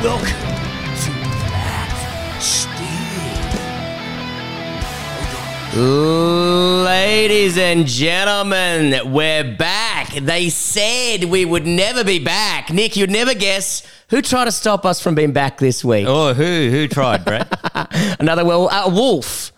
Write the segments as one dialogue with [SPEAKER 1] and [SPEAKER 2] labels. [SPEAKER 1] Welcome to Matt Steve.
[SPEAKER 2] Ladies and gentlemen, we're back. They said we would never be back. Nick, you'd never guess who tried to stop us from being back this week.
[SPEAKER 3] Oh, who who tried, Brett?
[SPEAKER 2] Another well, a wolf,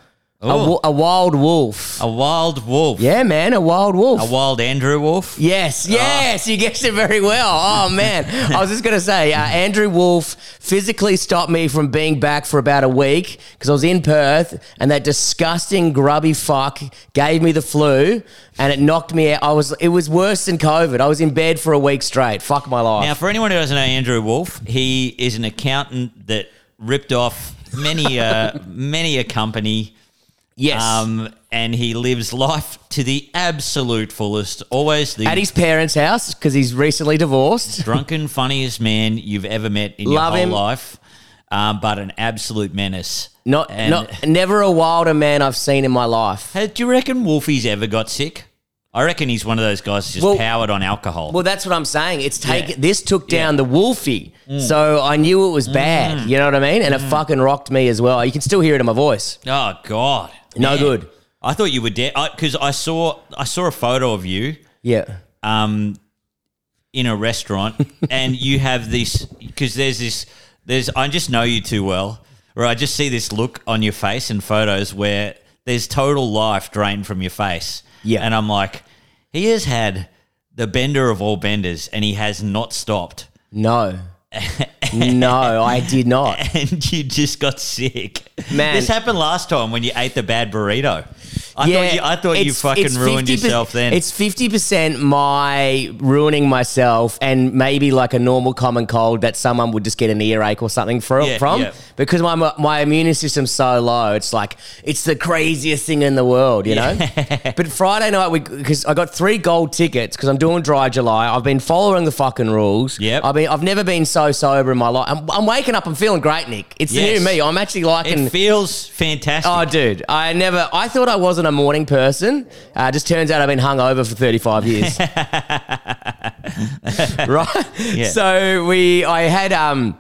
[SPEAKER 2] a,
[SPEAKER 3] Oh.
[SPEAKER 2] wo- a wild wolf.
[SPEAKER 3] a wild wolf.
[SPEAKER 2] Yeah, man, a wild wolf.
[SPEAKER 3] A wild Andrew Wolf.
[SPEAKER 2] Yes, yes, you guessed it very well. Oh man, I was just gonna say, uh, Andrew Wolf physically stopped me from being back for about a week because I was in Perth, and that disgusting grubby fuck gave me the flu, and it knocked me out. I was, it was worse than COVID. I was in bed for a week straight. Fuck my life.
[SPEAKER 3] Now, for anyone who doesn't know Andrew Wolf, he is an accountant that ripped off many uh, many a company.
[SPEAKER 2] yes,
[SPEAKER 3] Um, and he lives life to the absolute fullest. Always the
[SPEAKER 2] at his parents' house because he's recently divorced.
[SPEAKER 3] drunken funniest man you've ever met in
[SPEAKER 2] Love
[SPEAKER 3] your whole
[SPEAKER 2] him.
[SPEAKER 3] life, um, but an absolute menace.
[SPEAKER 2] Not,
[SPEAKER 3] And-
[SPEAKER 2] not, never a wilder man I've seen in my life.
[SPEAKER 3] Hey, do you reckon Wolfie's ever got sick? I reckon he's one of those guys that's just
[SPEAKER 2] Well-
[SPEAKER 3] powered on alcohol.
[SPEAKER 2] Well, that's what I'm saying. It's take
[SPEAKER 3] Yeah. Mm.
[SPEAKER 2] this took down the Wolfie, so I knew it was bad. You know what I mean? And it fucking rocked me as well. You can still hear it in my voice.
[SPEAKER 3] Oh God,
[SPEAKER 2] No good.
[SPEAKER 3] I thought you were dead because I, saw I saw a photo of you
[SPEAKER 2] Yeah,
[SPEAKER 3] um, in a restaurant, and you have this because there's this there's I just know you too well, where I just see this look on your face in photos where there's total life drained from your face.
[SPEAKER 2] Yeah.
[SPEAKER 3] and I'm like, he has had the bender of all benders, and he has not stopped.
[SPEAKER 2] no, no, I did not.
[SPEAKER 3] and you just got sick.
[SPEAKER 2] Man.
[SPEAKER 3] this happened last time when you ate the bad burrito. I
[SPEAKER 2] yeah,
[SPEAKER 3] thought you, I thought you
[SPEAKER 2] it's- it's
[SPEAKER 3] fucking ruined
[SPEAKER 2] 50%
[SPEAKER 3] yourself then.
[SPEAKER 2] It's fifty percent my ruining myself, and maybe like a normal common cold that someone would just get an earache or something for,
[SPEAKER 3] Yeah,
[SPEAKER 2] from
[SPEAKER 3] yeah.
[SPEAKER 2] because my my immune system's so low. It's like it's the craziest thing in the world, you know. but Friday night we because I got three gold tickets because I'm doing dry July. I've been following the fucking rules.
[SPEAKER 3] Yep.
[SPEAKER 2] I've been I've never been so sober in my life. I'm, I'm waking up. I'm feeling great, Nick. It's the
[SPEAKER 3] Yes.
[SPEAKER 2] new me. I'm actually liking.
[SPEAKER 3] it feels fantastic.
[SPEAKER 2] Oh, dude, I never. I thought I wasn't a morning person. Uh, just turns out I've been hung over for 35 years. right. So we, I had um,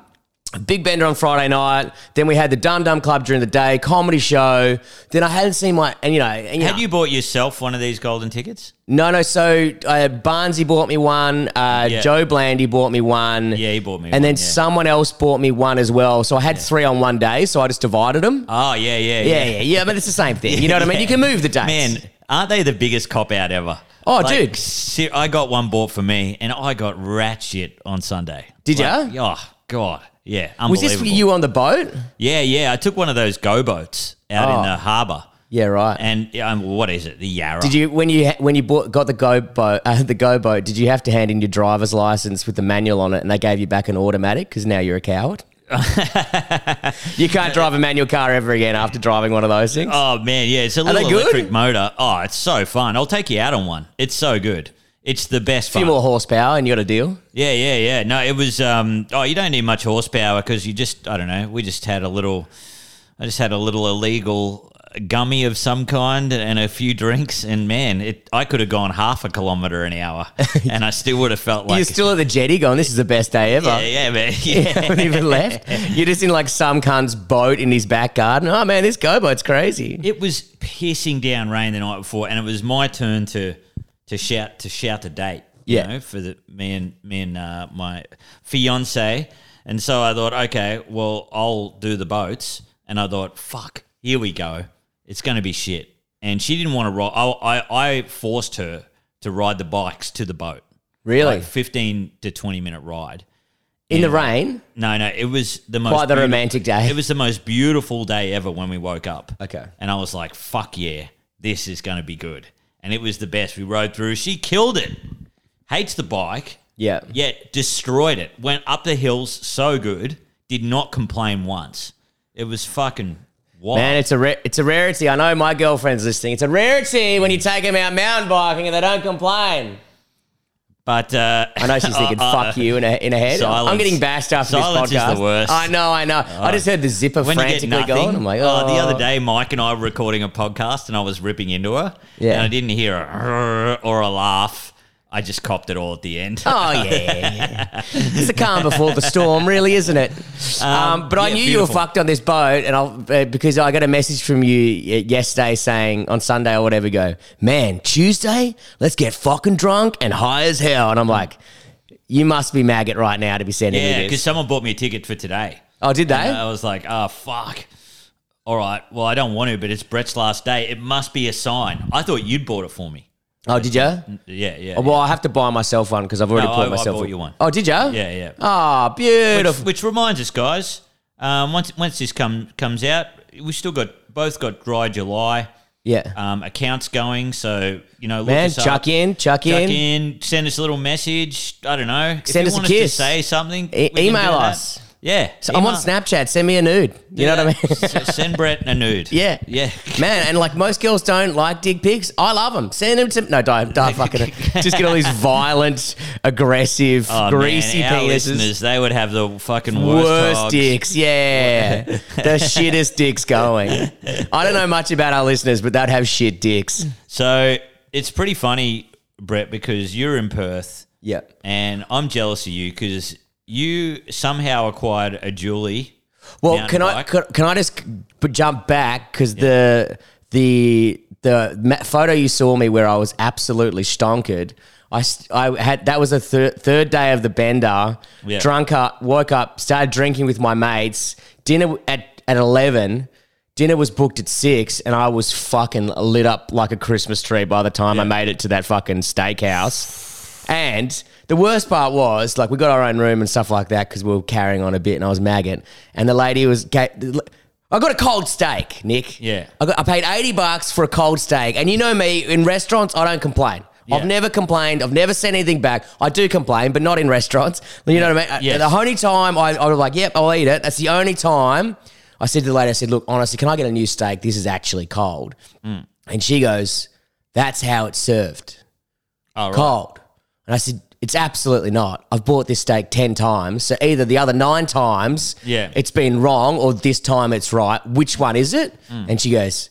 [SPEAKER 2] Big Bender on Friday night. Then we had the Dum Dum Club during the day, comedy show. Then I hadn't seen my, and you know, and, you
[SPEAKER 3] Had
[SPEAKER 2] know-
[SPEAKER 3] you bought yourself one of these golden tickets?
[SPEAKER 2] no, no. So uh, Barnsey bought me one. Uh,
[SPEAKER 3] Yeah.
[SPEAKER 2] Joe Blandy bought me one.
[SPEAKER 3] Yeah, he bought me
[SPEAKER 2] And
[SPEAKER 3] one,
[SPEAKER 2] then
[SPEAKER 3] yeah.
[SPEAKER 2] someone else bought me one as well. So I had three on one day. So I just divided them.
[SPEAKER 3] Oh yeah, yeah,
[SPEAKER 2] yeah,
[SPEAKER 3] yeah.
[SPEAKER 2] yeah, yeah, but it's the same thing. You know what I mean? You can move the dates.
[SPEAKER 3] Man, aren't they the biggest cop out ever?
[SPEAKER 2] Oh, dude.
[SPEAKER 3] se- I got one bought for me, and I got ratchet on Sunday.
[SPEAKER 2] Did
[SPEAKER 3] ya? Oh god, yeah,
[SPEAKER 2] Was
[SPEAKER 3] unbelievable.
[SPEAKER 2] this you on the boat?
[SPEAKER 3] Yeah, yeah. I took one of those go boats out
[SPEAKER 2] Oh.
[SPEAKER 3] in the harbour,
[SPEAKER 2] Yeah, right.
[SPEAKER 3] and um, what is it? The Yarra.
[SPEAKER 2] did you when you when you bought, got the go boat uh, the go boat? Did you have to hand in your driver's license with the manual on it, and they gave you back an automatic because now you're a coward? you can't drive a manual car ever again after driving one of those things.
[SPEAKER 3] Oh man, yeah, it's a
[SPEAKER 2] they
[SPEAKER 3] little
[SPEAKER 2] good?
[SPEAKER 3] electric motor. Oh, it's so fun. I'll take you out on one. It's so good. It's the best
[SPEAKER 2] a
[SPEAKER 3] fun.
[SPEAKER 2] few more horsepower, and you got a deal.
[SPEAKER 3] Yeah, yeah, yeah. No, it was. Um, oh, you don't need much horsepower because you just. I don't know. We just had a little. I just had a little illegal gummy of some kind and a few drinks, and man, it. I could have gone half a kilometer an hour, and I still would have felt like.
[SPEAKER 2] you're still at the jetty, going, "This is the best day ever."
[SPEAKER 3] yeah, yeah, man. Yeah.
[SPEAKER 2] haven't even left. You're just in like some cunt's boat in his back garden. Oh man, this go boat's crazy.
[SPEAKER 3] It was pissing down rain the night before, and it was my turn to to shout to shout the date.
[SPEAKER 2] Yeah.
[SPEAKER 3] you know, for the me and me and uh, my fiance, and so I thought, okay, well, I'll do the boats, and I thought, fuck, here we go, it's going to be shit, and she didn't want to ride. I, I I forced her to ride the bikes to the boat,
[SPEAKER 2] Really,
[SPEAKER 3] fifteen to twenty minute ride.
[SPEAKER 2] in the rain.
[SPEAKER 3] No, no, it was the most
[SPEAKER 2] Quite the
[SPEAKER 3] beautiful-
[SPEAKER 2] romantic day.
[SPEAKER 3] It was the most beautiful day ever when we woke up.
[SPEAKER 2] Okay.
[SPEAKER 3] and I was like, "Fuck yeah, this is going to be good." And it was the best. We rode through. She killed it. Hates the bike,
[SPEAKER 2] Yeah.
[SPEAKER 3] yet destroyed it. Went up the hills so good. Did not complain once. It was fucking wild.
[SPEAKER 2] Man, it's a ra- it's a rarity. I know my girlfriend's listening. It's a rarity when you take them out mountain biking and they don't complain.
[SPEAKER 3] but uh,
[SPEAKER 2] I know she's thinking,
[SPEAKER 3] uh,
[SPEAKER 2] "Fuck you" in her in her head.
[SPEAKER 3] Silence.
[SPEAKER 2] I'm getting bashed after
[SPEAKER 3] Silence
[SPEAKER 2] this
[SPEAKER 3] is
[SPEAKER 2] podcast.
[SPEAKER 3] the worst.
[SPEAKER 2] I know, I know. I just heard the zipper
[SPEAKER 3] when you get
[SPEAKER 2] frantically
[SPEAKER 3] nothing,
[SPEAKER 2] going. I'm like, oh,
[SPEAKER 3] the other day, Mike and I were recording a podcast, and I was ripping into her,
[SPEAKER 2] Yeah.
[SPEAKER 3] and I didn't hear a "Rrr" or a laugh. I just copped it all at the end.
[SPEAKER 2] Oh yeah, yeah. it's the calm before the storm, really, isn't it? Um, but I
[SPEAKER 3] yeah,
[SPEAKER 2] knew you
[SPEAKER 3] beautiful.
[SPEAKER 2] were fucked on this boat, and I'll, uh, because I got a message from you y- yesterday saying on Sunday or whatever, go, man, Tuesday, let's get fucking drunk and high as hell, and I'm like, you must be maggot right now to be sending
[SPEAKER 3] yeah,
[SPEAKER 2] me
[SPEAKER 3] because
[SPEAKER 2] this.
[SPEAKER 3] someone bought me a ticket for today.
[SPEAKER 2] Oh, did they?
[SPEAKER 3] I was like, oh, fuck. All right. Well, I don't want to, but it's Brett's last day. It must be a sign. I thought you'd bought it for me.
[SPEAKER 2] oh, did you?
[SPEAKER 3] Yeah, yeah.
[SPEAKER 2] Oh, Well, I have to buy myself one because I've already
[SPEAKER 3] No,
[SPEAKER 2] bought
[SPEAKER 3] I- I
[SPEAKER 2] myself
[SPEAKER 3] bought
[SPEAKER 2] one.
[SPEAKER 3] you one.
[SPEAKER 2] Oh, did you?
[SPEAKER 3] yeah, yeah.
[SPEAKER 2] Oh,
[SPEAKER 3] Which,
[SPEAKER 2] beautiful.
[SPEAKER 3] which reminds us, guys, um, once once this come, comes out, we still got both got dry July
[SPEAKER 2] yeah.
[SPEAKER 3] um, accounts going. So you know, look
[SPEAKER 2] Man,
[SPEAKER 3] us up,
[SPEAKER 2] chuck in, chuck,
[SPEAKER 3] chuck
[SPEAKER 2] in.
[SPEAKER 3] in, send us a little message. I don't know. If
[SPEAKER 2] Send
[SPEAKER 3] you
[SPEAKER 2] us a
[SPEAKER 3] want
[SPEAKER 2] kiss.
[SPEAKER 3] to say something.
[SPEAKER 2] E-
[SPEAKER 3] we can
[SPEAKER 2] email
[SPEAKER 3] do that.
[SPEAKER 2] us.
[SPEAKER 3] Yeah,
[SPEAKER 2] So I'm on
[SPEAKER 3] email-
[SPEAKER 2] Snapchat. Send me a nude. You know what I mean?
[SPEAKER 3] S- send Brett a nude.
[SPEAKER 2] Yeah.
[SPEAKER 3] yeah.
[SPEAKER 2] Man, and like most girls don't like dick pics. I love them. Send them to no, die, die fucking. just get all these violent, aggressive,
[SPEAKER 3] Oh,
[SPEAKER 2] greasy
[SPEAKER 3] man, our
[SPEAKER 2] penises,
[SPEAKER 3] listeners, they would have the fucking worst,
[SPEAKER 2] worst
[SPEAKER 3] hogs.
[SPEAKER 2] dicks. Yeah, the shittest dicks going. I don't know much about our listeners, but they'd have shit dicks.
[SPEAKER 3] So it's pretty funny, Brett, because you're in Perth.
[SPEAKER 2] Yeah.
[SPEAKER 3] and I'm jealous of you because you somehow acquired a Julie.
[SPEAKER 2] Well,
[SPEAKER 3] Mountain
[SPEAKER 2] can I
[SPEAKER 3] bike.
[SPEAKER 2] can, can I just b- jump back because the the the ma- photo you saw me where I was absolutely stonkered. I, st- I had that was a thir- third day of the bender.
[SPEAKER 3] Yeah.
[SPEAKER 2] Drunk up, woke up, started drinking with my mates. Dinner w- at at eleven. Dinner was booked at six, and I was fucking lit up like a Christmas tree by the time I made it to that fucking steakhouse. And the worst part was, like, we got our own room and stuff like that because we were carrying on a bit, and I was maggot. And the lady was, ga- I got a cold steak, Nick.
[SPEAKER 3] Yeah.
[SPEAKER 2] I, got, I paid eighty bucks for a cold steak, and you know me in restaurants, I don't complain.
[SPEAKER 3] Yeah.
[SPEAKER 2] I've never complained. I've never sent anything back. I do complain, but not in restaurants. You know what I mean? Uh,
[SPEAKER 3] Yes.
[SPEAKER 2] The only time I, I was like, "Yep, I'll eat it." That's the only time I said to the lady, "I said, look, honestly, can I get a new steak? This is actually cold."
[SPEAKER 3] Mm.
[SPEAKER 2] And she goes, "That's how it's served."
[SPEAKER 3] Oh, right.
[SPEAKER 2] cold. And I said, it's absolutely not. I've bought this steak 10 times. So either the other nine times
[SPEAKER 3] Yeah.
[SPEAKER 2] it's been wrong or this time it's right. Which one is it?
[SPEAKER 3] Mm.
[SPEAKER 2] And she goes,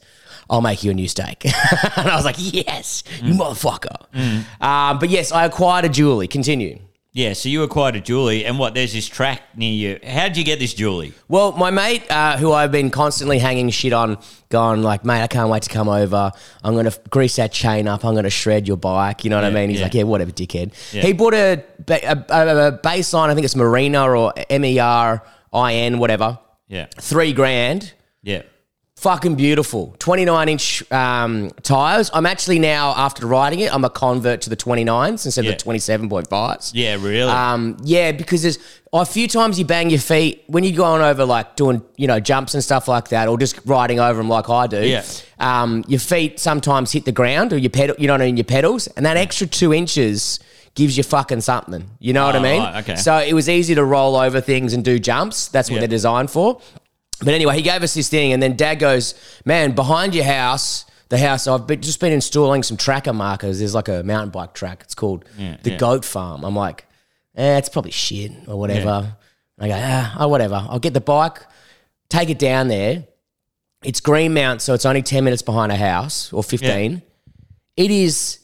[SPEAKER 2] I'll make you a new steak. and I was like, yes,
[SPEAKER 3] Mm.
[SPEAKER 2] you motherfucker. Um, but yes, I acquired a Julie. Continue.
[SPEAKER 3] Yeah, so you acquired a Julie, and what? There's this track near you. How did you get this Julie?
[SPEAKER 2] Well, my mate, uh, who I've been constantly hanging shit on, going like, mate, I can't wait to come over. I'm going to grease that chain up. I'm going to shred your bike. You know what I
[SPEAKER 3] Yeah,
[SPEAKER 2] mean? He's
[SPEAKER 3] yeah.
[SPEAKER 2] like, yeah, whatever, dickhead.
[SPEAKER 3] Yeah.
[SPEAKER 2] He bought a, ba- a, a, a baseline, I think it's Marina or M E R I N, whatever,
[SPEAKER 3] Yeah,
[SPEAKER 2] three grand.
[SPEAKER 3] yeah.
[SPEAKER 2] Fucking beautiful. 29 inch um, tires. I'm actually now, after riding it, I'm a convert to the 29s instead
[SPEAKER 3] Yeah.
[SPEAKER 2] of the 27.5s.
[SPEAKER 3] Yeah, really?
[SPEAKER 2] Um, yeah, because there's oh, a few times you bang your feet when you're going over like doing you know jumps and stuff like that, or just riding over them like I do.
[SPEAKER 3] Yeah.
[SPEAKER 2] Um, your feet sometimes hit the ground, or your pedal, you know what I mean, your pedals, and that extra two inches gives you fucking something. You know what I
[SPEAKER 3] Oh,
[SPEAKER 2] mean?
[SPEAKER 3] right, okay.
[SPEAKER 2] So it was easy to roll over things and do jumps. That's what
[SPEAKER 3] Yeah.
[SPEAKER 2] they're designed for. But anyway, he gave us this thing, and then Dad goes, "Man, behind your house." The house I've been, just been installing some tracker markers. There's like a mountain bike track. It's called
[SPEAKER 3] Yeah,
[SPEAKER 2] the
[SPEAKER 3] yeah.
[SPEAKER 2] Goat Farm. I'm like, eh, it's probably shit or whatever. I go, ah, oh, whatever. I'll get the bike, take it down there. It's Greenmount, so it's only 10 minutes behind a house or 15. It is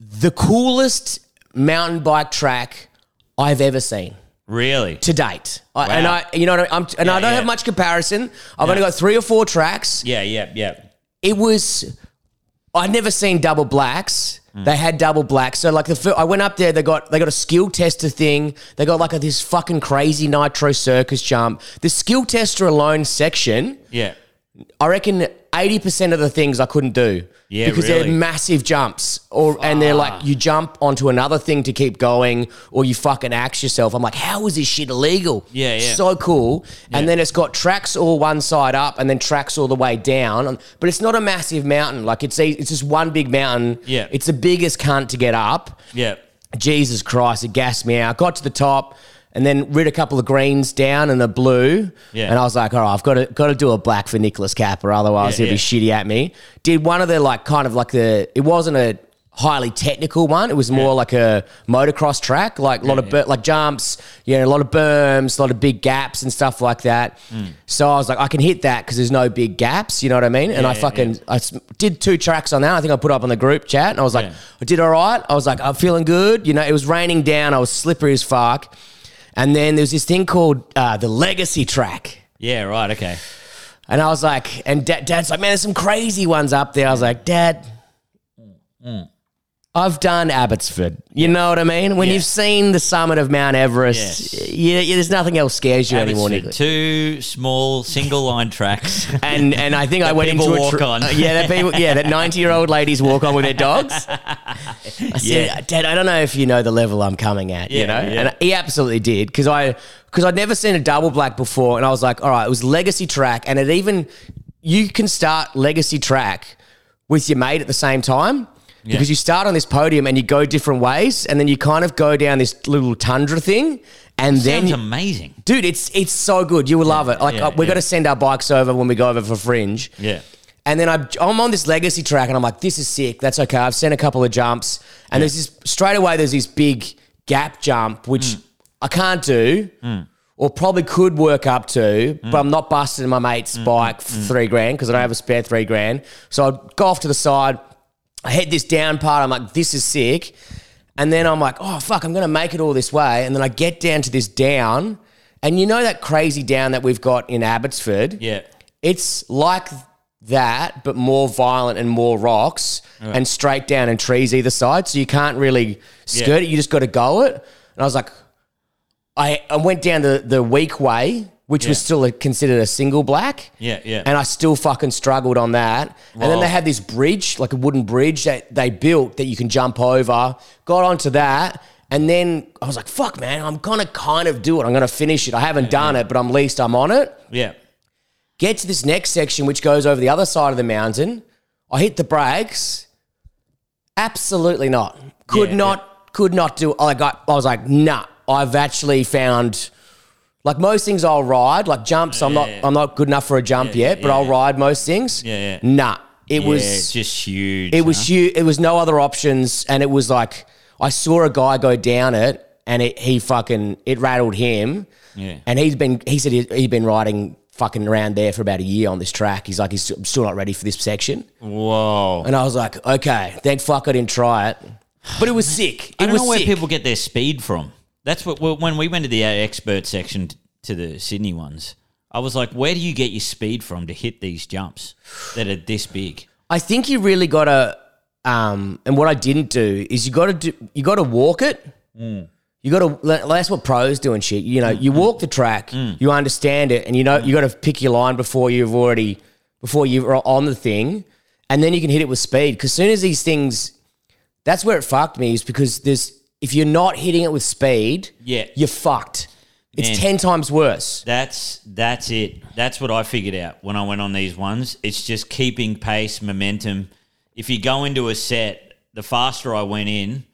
[SPEAKER 2] the coolest mountain bike track I've ever seen
[SPEAKER 3] really?
[SPEAKER 2] to date. I, And I, you know, what I- I'm, and I don't
[SPEAKER 3] yeah.
[SPEAKER 2] have much comparison. I've only got three or four tracks
[SPEAKER 3] Yeah, yeah, yeah.
[SPEAKER 2] it was I'd never seen double blacks.
[SPEAKER 3] Mm.
[SPEAKER 2] They had double blacks. So like the fir- I went up there, they got they got a skill tester thing. They got like a, this fucking crazy nitro circus jump. The skill tester alone section,
[SPEAKER 3] Yeah.
[SPEAKER 2] I reckon 80% of the things I couldn't do.
[SPEAKER 3] Yeah,
[SPEAKER 2] because
[SPEAKER 3] really.
[SPEAKER 2] they're massive jumps, or and they're like you jump onto another thing to keep going, or you fucking axe yourself. I'm like, how is this shit illegal?
[SPEAKER 3] Yeah, yeah.
[SPEAKER 2] So cool. And then it's got tracks all one side up, and then tracks all the way down. But it's not a massive mountain. Like it's a, it's just one big mountain.
[SPEAKER 3] Yeah.
[SPEAKER 2] it's the biggest cunt to get up.
[SPEAKER 3] Yeah.
[SPEAKER 2] Jesus Christ, it gassed me out. Got to the top and then rid a couple of greens down and the blue.
[SPEAKER 3] Yeah.
[SPEAKER 2] And I was like, all right, I've got to got to do a black for Nicholas Cap or otherwise
[SPEAKER 3] Yeah,
[SPEAKER 2] he'll be shitty at me. Did one of the like kind of like the it wasn't a highly technical one. It was more like a motocross track, like a lot of bur- like jumps, you know, a lot of berms, a lot of big gaps and stuff like that.
[SPEAKER 3] Mm.
[SPEAKER 2] So I was like, I can hit that because there's no big gaps, you know what I mean? And I
[SPEAKER 3] yeah,
[SPEAKER 2] fucking I s- did two tracks on that. I think I put up on the group chat, and I was like,
[SPEAKER 3] Yeah.
[SPEAKER 2] I did all right. I was like, I'm feeling good. You know, it was raining down. I was slippery as fuck. And then there was this thing called uh, the legacy track.
[SPEAKER 3] Yeah, right, okay.
[SPEAKER 2] And I was like, and dad, dad's like, man, there's some crazy ones up there. I was like, dad, I've done Abbotsford. You know what I mean? When
[SPEAKER 3] Yeah.
[SPEAKER 2] you've seen the summit of Mount Everest,
[SPEAKER 3] Yes.
[SPEAKER 2] you, you- there's nothing else scares you anymore,
[SPEAKER 3] Abbotsford,
[SPEAKER 2] Nicholas.
[SPEAKER 3] two small single line tracks.
[SPEAKER 2] And and I think I went
[SPEAKER 3] people
[SPEAKER 2] into a
[SPEAKER 3] walk on.
[SPEAKER 2] yeah that people yeah that ninety year old ladies walk on with their dogs. I said,
[SPEAKER 3] Yeah.
[SPEAKER 2] Dad, I don't know if you know the level I'm coming at, you
[SPEAKER 3] Yeah,
[SPEAKER 2] know.
[SPEAKER 3] yeah.
[SPEAKER 2] And he absolutely did because I because I'd never seen a double black before, and I was like, all right, it was legacy track, and it even you can start legacy track with your mate at the same time. Because you start on this podium and you go different ways, and then you kind of go down this little tundra thing, and then
[SPEAKER 3] Sounds
[SPEAKER 2] you-
[SPEAKER 3] amazing.
[SPEAKER 2] dude, it's it's so good. You will love it. Like
[SPEAKER 3] yeah,
[SPEAKER 2] uh, we're
[SPEAKER 3] yeah.
[SPEAKER 2] gonna send our bikes over when we go over for Fringe.
[SPEAKER 3] Yeah.
[SPEAKER 2] And then I'm, I'm on this legacy track and I'm like, this is sick. That's okay. I've sent a couple of jumps. And there's this, straight away, there's this big gap jump, which
[SPEAKER 3] Mm.
[SPEAKER 2] I can't do or probably could work up to,
[SPEAKER 3] Mm.
[SPEAKER 2] but I'm not busting my mate's bike for three grand because I don't have a spare three grand. So I'd go off to the side. I head this down part. I'm like, this is sick. And then I'm like, oh, fuck, I'm going to make it all this way. And then I get down to this down. And you know that crazy down that we've got in Abbotsford?
[SPEAKER 3] Yeah.
[SPEAKER 2] it's like that, but more violent and more rocks and straight down and trees either side. So you can't really skirt
[SPEAKER 3] Yeah.
[SPEAKER 2] it. You just got to go it. And I was like, I, I went down the, the weak way, which was
[SPEAKER 3] Yeah.
[SPEAKER 2] still a, considered a single black.
[SPEAKER 3] Yeah, yeah.
[SPEAKER 2] And I still fucking struggled on that. And then
[SPEAKER 3] Wow.
[SPEAKER 2] they had this bridge, like a wooden bridge that they built that you can jump over. Got onto that. And then I was like, fuck, man, I'm going to kind of do it. I'm going to finish it. I haven't done it, but I'm at least I'm on it
[SPEAKER 3] Yeah.
[SPEAKER 2] get to this next section which goes over the other side of the mountain i hit the brakes absolutely not could
[SPEAKER 3] Yeah,
[SPEAKER 2] not could not do i got i was like nah i've actually found like most things i'll ride like jumps i'm not i'm not good enough for a jump
[SPEAKER 3] Yeah,
[SPEAKER 2] yet but
[SPEAKER 3] yeah,
[SPEAKER 2] i'll
[SPEAKER 3] yeah.
[SPEAKER 2] ride most things
[SPEAKER 3] Yeah, yeah.
[SPEAKER 2] nah it
[SPEAKER 3] It
[SPEAKER 2] was
[SPEAKER 3] was just huge.
[SPEAKER 2] it was you. It was no other options, and it was like I saw a guy go down it, and it, he fucking it rattled him.
[SPEAKER 3] Yeah.
[SPEAKER 2] and he's been. He said he, he'd been riding fucking around there for about a year on this track. He's like, he's I'm still not ready for this section.
[SPEAKER 3] Whoa.
[SPEAKER 2] And I was like, okay, thank fuck I didn't try it, but it was sick. It
[SPEAKER 3] I don't
[SPEAKER 2] was
[SPEAKER 3] know where
[SPEAKER 2] sick.
[SPEAKER 3] people get their speed from. That's what well, when we went to the expert section t- to the Sydney ones. I was like, where do you get your speed from to hit these jumps that are this big?
[SPEAKER 2] I think you really gotta. Um, and what I didn't do is you gotta do. You gotta walk it.
[SPEAKER 3] Mm.
[SPEAKER 2] You gotta. like, That's what pros do and shit. You know, you walk the
[SPEAKER 3] Mm.
[SPEAKER 2] track, you understand it, and you know you gotta pick your line before you've already before you're on the thing, and then you can hit it with speed. Because soon as these things, that's where it fucked me is because there's if you're not hitting it with speed,
[SPEAKER 3] Yeah.
[SPEAKER 2] you're fucked. It's
[SPEAKER 3] Man.
[SPEAKER 2] ten times worse.
[SPEAKER 3] That's that's it. That's what I figured out when I went on these ones. It's just keeping pace, momentum. If you go into a set, the faster I went in,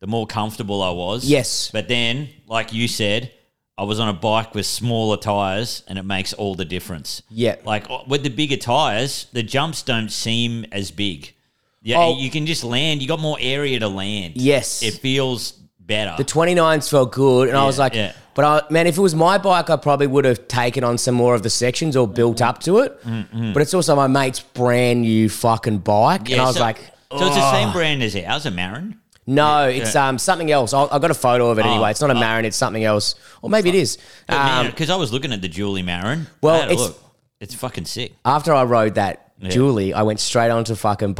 [SPEAKER 3] the more comfortable I was.
[SPEAKER 2] Yes.
[SPEAKER 3] But then, like you said, I was on a bike with smaller tires, and it makes all the difference.
[SPEAKER 2] Yeah.
[SPEAKER 3] Like oh, with the bigger tires, the jumps don't seem as big. Yeah,
[SPEAKER 2] Oh.
[SPEAKER 3] you can just land. You got more area to land.
[SPEAKER 2] Yes.
[SPEAKER 3] it feels better.
[SPEAKER 2] The 29s felt good, and I was like,
[SPEAKER 3] yeah.
[SPEAKER 2] but I, man, if it was my bike, I probably would have taken on some more of the sections or built up to it.
[SPEAKER 3] Mm,
[SPEAKER 2] But it's also my mate's brand new fucking bike, and
[SPEAKER 3] Yeah,
[SPEAKER 2] I was
[SPEAKER 3] so-
[SPEAKER 2] like,
[SPEAKER 3] so it's the same brand as ours, a Marin.
[SPEAKER 2] no, it's um something else. I'll, I got a photo
[SPEAKER 3] Oh.
[SPEAKER 2] of it anyway. It's not a Marin, it's something else, or maybe it is. Um,
[SPEAKER 3] because I was looking at the Julie Marin.
[SPEAKER 2] well,
[SPEAKER 3] I had a
[SPEAKER 2] it's-
[SPEAKER 3] look. it's fucking sick.
[SPEAKER 2] after I rode that Julie, I went straight onto fucking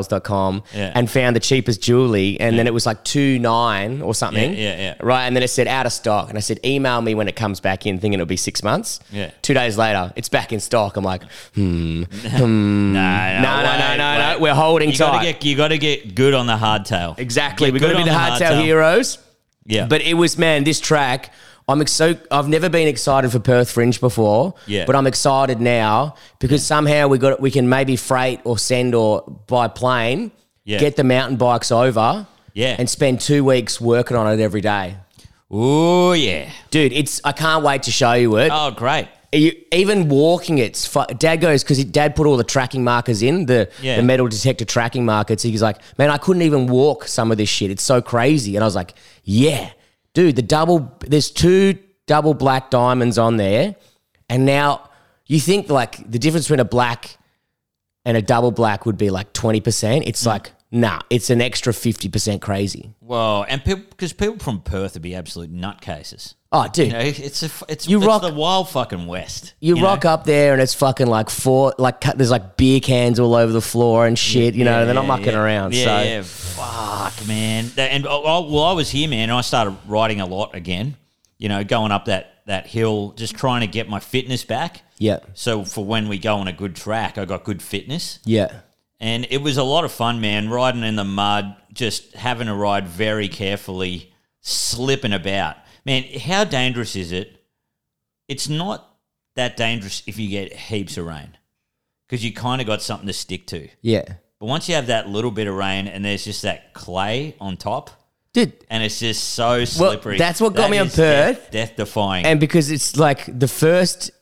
[SPEAKER 2] bikesales.com
[SPEAKER 3] Yeah.
[SPEAKER 2] and found the cheapest Julie. And then it was like two nine or something.
[SPEAKER 3] Yeah, yeah, yeah.
[SPEAKER 2] Right. And then it said out of stock. And I said, email me when it comes back in, thinking it'll be six months.
[SPEAKER 3] Yeah.
[SPEAKER 2] Two days later, it's back in stock. I'm like,
[SPEAKER 3] No, no,
[SPEAKER 2] no, no, no, no,
[SPEAKER 3] wait, wait.
[SPEAKER 2] no. We're holding
[SPEAKER 3] You
[SPEAKER 2] tight.
[SPEAKER 3] gotta get you gotta get good on the hardtail.
[SPEAKER 2] exactly.
[SPEAKER 3] Get
[SPEAKER 2] We've got to
[SPEAKER 3] good
[SPEAKER 2] be
[SPEAKER 3] on
[SPEAKER 2] the hardtail heroes.
[SPEAKER 3] Yeah,
[SPEAKER 2] But it was, man, this track. I'm ex- so I've never been excited for Perth Fringe before,
[SPEAKER 3] Yeah.
[SPEAKER 2] but I'm excited now because somehow we got we can maybe freight or send or by plane
[SPEAKER 3] Yeah.
[SPEAKER 2] get the mountain bikes over,
[SPEAKER 3] Yeah.
[SPEAKER 2] and spend two weeks working on it every day,
[SPEAKER 3] oh yeah.
[SPEAKER 2] dude. It's I can't wait to show you it.
[SPEAKER 3] Oh great.
[SPEAKER 2] you, even walking it's fu- dad goes because dad put all the tracking markers in the,
[SPEAKER 3] Yeah.
[SPEAKER 2] the metal detector tracking markers he's like man i couldn't even walk some of this shit it's so crazy and i was like yeah dude the double there's two double black diamonds on there and now you think like the difference between a black and a double black would be like 20% it's like nah it's an extra 50% crazy
[SPEAKER 3] Well, and people because people from Perth would be absolute nutcases.
[SPEAKER 2] oh dude
[SPEAKER 3] You know, it's a f- it's
[SPEAKER 2] You
[SPEAKER 3] it's
[SPEAKER 2] rock-
[SPEAKER 3] the wild fucking west.
[SPEAKER 2] You,
[SPEAKER 3] know?
[SPEAKER 2] rock up there and it's fucking like four, like cut- there's like beer cans all over the floor and shit. You know, they're not mucking around.
[SPEAKER 3] Yeah,
[SPEAKER 2] so
[SPEAKER 3] yeah. Fuck, man. That- And oh, oh, well, I was here, man. And I started riding a lot again. You know, going up that that hill, just trying to get my fitness back.
[SPEAKER 2] Yeah.
[SPEAKER 3] So for when we go on a good track, I got good fitness,
[SPEAKER 2] yeah,
[SPEAKER 3] and it was a lot of fun, man. Riding in the mud, just having to ride very carefully, slipping about. Man, how dangerous is it? It's not that dangerous if you get heaps of rain, because you kind of got something to stick to.
[SPEAKER 2] yeah,
[SPEAKER 3] But once you have that little bit of rain and there's just that clay on top,
[SPEAKER 2] dude.
[SPEAKER 3] and it's just so slippery.
[SPEAKER 2] that's what got me on
[SPEAKER 3] is death-
[SPEAKER 2] Perth.
[SPEAKER 3] Death defying.
[SPEAKER 2] And because it's like the first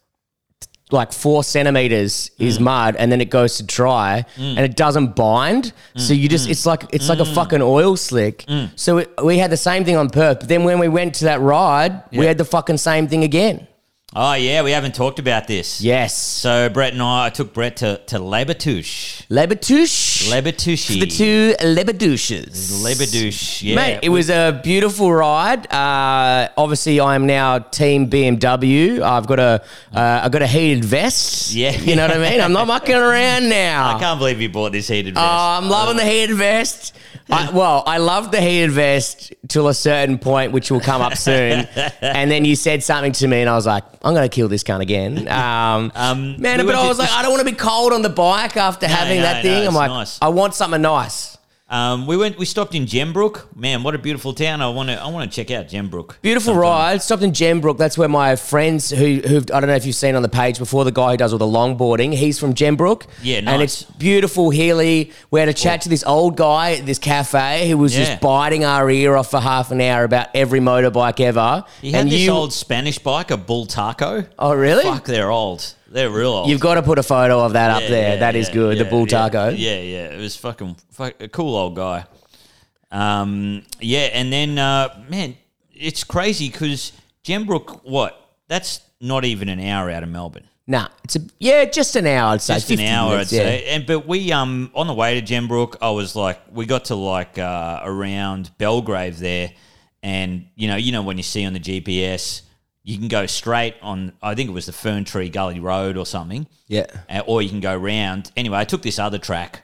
[SPEAKER 2] like four centimeters is
[SPEAKER 3] Mm.
[SPEAKER 2] mud, and then it goes to dry, and it doesn't bind. So
[SPEAKER 3] Mm,
[SPEAKER 2] you just it's like it's like a fucking oil slick. So it, we had the same thing on Perth, but then when we went to that ride, we
[SPEAKER 3] Yeah.
[SPEAKER 2] had the fucking same thing again.
[SPEAKER 3] oh, yeah, we haven't talked about this.
[SPEAKER 2] Yes,
[SPEAKER 3] So Brett and I, I took Brett to, to Labatouche.
[SPEAKER 2] Lebetouche,
[SPEAKER 3] Labatouche.
[SPEAKER 2] the two Lebedouches.
[SPEAKER 3] Labadouche. Yeah.
[SPEAKER 2] Mate, it was a beautiful ride. Uh, obviously, I'm now Team BMW. I've got a, uh, I've got a heated vest.
[SPEAKER 3] Yeah.
[SPEAKER 2] you know what I mean. I'm not mucking around now.
[SPEAKER 3] I can't believe you bought this heated vest.
[SPEAKER 2] Oh, I'm loving the heated vest. I, well, I loved the heated vest till a certain point, which will come up soon. and then you said something to me, and I was like, "I'm going to kill this cunt again." Um,
[SPEAKER 3] Um,
[SPEAKER 2] man,
[SPEAKER 3] we
[SPEAKER 2] but
[SPEAKER 3] were
[SPEAKER 2] I was
[SPEAKER 3] ju-
[SPEAKER 2] like, I don't want to be cold on the bike after having
[SPEAKER 3] no,
[SPEAKER 2] that
[SPEAKER 3] no,
[SPEAKER 2] thing. I'm
[SPEAKER 3] it's
[SPEAKER 2] like,
[SPEAKER 3] nice.
[SPEAKER 2] I want something nice.
[SPEAKER 3] um, we went. We stopped in Gembrook. Man, what a beautiful town. I want to. I want to check out Gembrook.
[SPEAKER 2] Beautiful ride. Stopped in Gembrook. That's where my friends who who I don't know if you've seen on the page before the guy who does all the longboarding. He's from Gembrook.
[SPEAKER 3] Yeah,
[SPEAKER 2] And it's
[SPEAKER 3] nice.
[SPEAKER 2] beautiful, hilly. We had a chat to this old guy at this cafe who was
[SPEAKER 3] Yeah.
[SPEAKER 2] just biting our ear off for half an hour about every motorbike ever.
[SPEAKER 3] He had
[SPEAKER 2] and
[SPEAKER 3] this
[SPEAKER 2] you,
[SPEAKER 3] old Spanish bike, a bull taco.
[SPEAKER 2] oh really?
[SPEAKER 3] Fuck, they're old. They're real old.
[SPEAKER 2] You've got to put a photo of that up there. That is good. the
[SPEAKER 3] yeah,
[SPEAKER 2] bull
[SPEAKER 3] yeah,
[SPEAKER 2] taco.
[SPEAKER 3] Yeah, yeah. It was fucking fuck, a cool old guy. Um, yeah, and then uh, man, it's crazy because Gembrook, what? That's not even an hour out of Melbourne.
[SPEAKER 2] Nah, it's a yeah, just an hour. I'd say
[SPEAKER 3] Just an
[SPEAKER 2] 50
[SPEAKER 3] hour,
[SPEAKER 2] minutes,
[SPEAKER 3] I'd
[SPEAKER 2] yeah.
[SPEAKER 3] say. And but we um on the way to Gembrook, I was like, we got to like uh, around Belgrave there, and you know, you know when you see on the GPS, you can go straight on. I think it was the Fern Tree Gully Road or something.
[SPEAKER 2] Yeah.
[SPEAKER 3] Uh, or you can go round. Anyway, I took this other track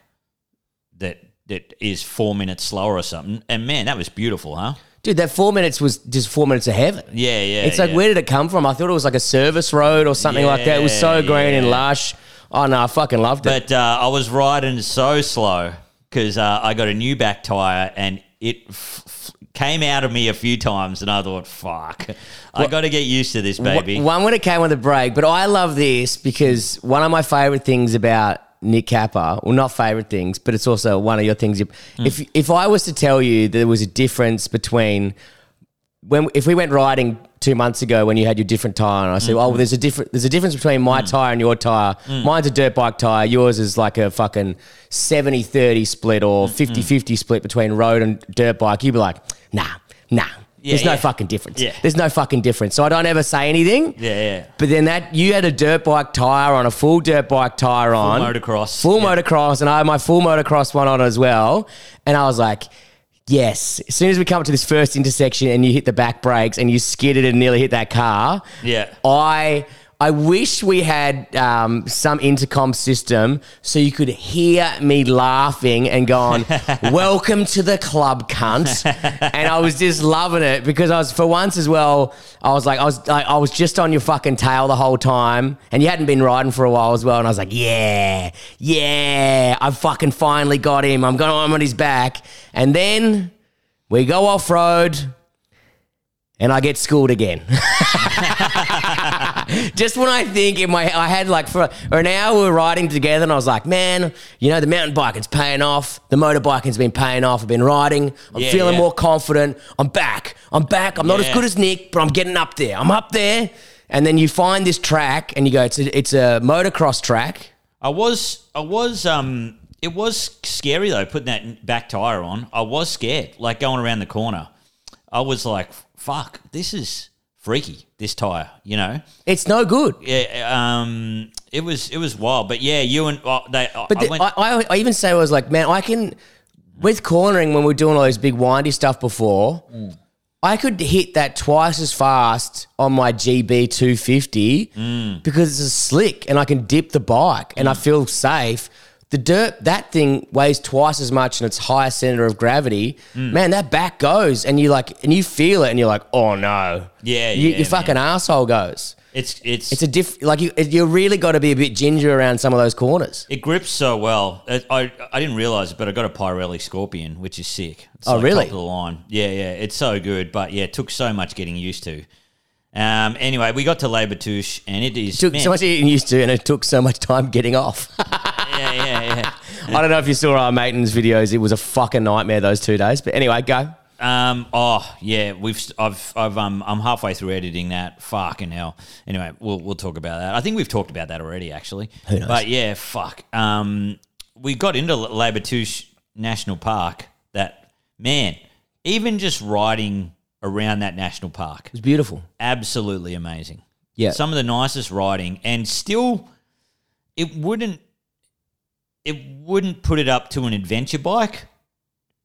[SPEAKER 3] that that is four minutes slower or something, and man, that was beautiful, huh?
[SPEAKER 2] Dude, that four minutes was just four minutes of heaven.
[SPEAKER 3] Yeah, yeah.
[SPEAKER 2] It's like,
[SPEAKER 3] yeah.
[SPEAKER 2] where did it come from? I thought it was like a service road or something like that. It was so
[SPEAKER 3] Yeah,
[SPEAKER 2] green and
[SPEAKER 3] yeah.
[SPEAKER 2] lush. Oh, no, I fucking loved it.
[SPEAKER 3] But uh, I was riding so slow because uh, I got a new back tire and it f- f- came out of me a few times, and I thought, fuck, I got to get used to this,
[SPEAKER 2] Wh-
[SPEAKER 3] baby.
[SPEAKER 2] One when it came on the break, but I love this because one of my favorite things about Nick Kappa, well, not favorite things, but it's also one of your things. you-
[SPEAKER 3] Mm.
[SPEAKER 2] If if I was to tell you there was a difference between when if we went riding two months ago when you had your different tire, and I said,
[SPEAKER 3] Mm-hmm.
[SPEAKER 2] "Oh, well, there's a different there's a difference between my
[SPEAKER 3] Mm.
[SPEAKER 2] tire and your tire. Mine's a dirt bike tire. Yours is like a fucking 70-30 split or
[SPEAKER 3] Mm-hmm.
[SPEAKER 2] 50-50 split between road and dirt bike." You'd be like, "Nah, nah."
[SPEAKER 3] Yeah,
[SPEAKER 2] There's no
[SPEAKER 3] yeah.
[SPEAKER 2] fucking difference.
[SPEAKER 3] Yeah.
[SPEAKER 2] There's no fucking difference. So I don't ever say anything.
[SPEAKER 3] yeah, yeah.
[SPEAKER 2] But then that you had a dirt bike tire on, a full dirt bike tire on,
[SPEAKER 3] motocross,
[SPEAKER 2] full
[SPEAKER 3] yeah.
[SPEAKER 2] motocross, and I had my full motocross one on as well. And I was like, yes. As soon as we come up to this first intersection and you hit the back brakes and you skidded and nearly hit that car,
[SPEAKER 3] Yeah.
[SPEAKER 2] I. I wish we had um, some intercom system so you could hear me laughing and going, "Welcome to the club, cunt." and I was just loving it because I was, for once as well, I was like, I was, like, I was just on your fucking tail the whole time, and you hadn't been riding for a while as well. And I was like, "Yeah, yeah, I fucking finally got him. I'm going, I'm on his back." And then we go off road, and I get schooled again. Just when I think in my, I had like for, for an hour we were riding together, and I was like, man, you know the mountain biking's paying off, the motorbiking's been paying off. I've been riding, I'm
[SPEAKER 3] Yeah,
[SPEAKER 2] feeling
[SPEAKER 3] yeah.
[SPEAKER 2] more confident. I'm back, I'm back. I'm not as
[SPEAKER 3] Yeah.
[SPEAKER 2] good as Nick, but I'm getting up there. I'm up there, And then you find this track and you go, it's a, it's a motocross track.
[SPEAKER 3] I was, I was, um, it was scary though, putting that back tire on. I was scared, like going around the corner. I was like, fuck, this is freaky, this tire, you know?
[SPEAKER 2] It's no good.
[SPEAKER 3] Yeah, um, it was, it was wild. But yeah, you and uh, they,
[SPEAKER 2] But
[SPEAKER 3] I
[SPEAKER 2] the-
[SPEAKER 3] went,
[SPEAKER 2] I, I, I even say I was like, man, I can with cornering when we were doing all those big windy stuff before,
[SPEAKER 3] Mm.
[SPEAKER 2] I could hit that twice as fast on my GB two fifty
[SPEAKER 3] Mm.
[SPEAKER 2] because it's a slick and I can dip the bike and I feel safe. The dirt that thing weighs twice as much and it's higher center of gravity.
[SPEAKER 3] Mm.
[SPEAKER 2] Man, that back goes and you like and you feel it and you're like, oh no,
[SPEAKER 3] Yeah,
[SPEAKER 2] you,
[SPEAKER 3] yeah,
[SPEAKER 2] your fucking asshole goes.
[SPEAKER 3] it's, it's,
[SPEAKER 2] It's a diff like you. You really got to be a bit ginger around some of those corners.
[SPEAKER 3] It grips so well. It, I I didn't realize it, but I got a Pirelli Scorpion, which is sick. It's
[SPEAKER 2] Oh, really?
[SPEAKER 3] Top of the line. Yeah, yeah. It's so good, but yeah, it took so much getting used to. Um. Anyway, we got to Labertouche, and it is
[SPEAKER 2] took
[SPEAKER 3] man,
[SPEAKER 2] so much getting used to, and it took so much time getting off.
[SPEAKER 3] Yeah, yeah, yeah.
[SPEAKER 2] I don't know if you saw our maintenance videos; it was a fucking nightmare those two days. But anyway, go.
[SPEAKER 3] Um, oh yeah, we've I've I've um I'm halfway through editing that. Fucking hell. Anyway, we'll we'll talk about that. I think we've talked about that already, actually. But yeah, fuck. Um, we got into L- Labertouche National Park. That man, even just riding around that national park,
[SPEAKER 2] It's beautiful.
[SPEAKER 3] absolutely amazing.
[SPEAKER 2] Yeah.
[SPEAKER 3] Some of the nicest riding, and still, it wouldn't it wouldn't put it up to an adventure bike.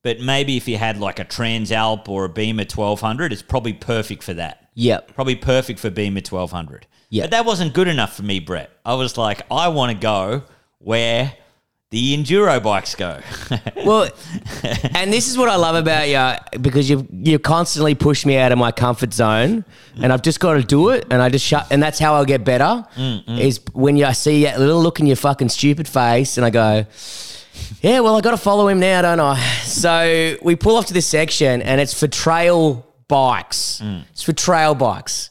[SPEAKER 3] But maybe if you had like a Transalp or a Beamer 1200, it's probably perfect for that.
[SPEAKER 2] Yep.
[SPEAKER 3] Probably perfect for Beamer 1200.
[SPEAKER 2] Yeah.
[SPEAKER 3] But that wasn't good enough for me, Brett. I was like, I want to go where the enduro bikes go.
[SPEAKER 2] Well, and this is what I love about you because you you constantly push me out of my comfort zone, and I've just got to do it, and I just shut, and that's how I get better.
[SPEAKER 3] Mm,
[SPEAKER 2] Is when you I see that little look in your fucking stupid face, and I go, yeah, well, I got to follow him now, don't I? So we pull off to this section, and it's for trail bikes.
[SPEAKER 3] Mm.
[SPEAKER 2] It's for trail bikes.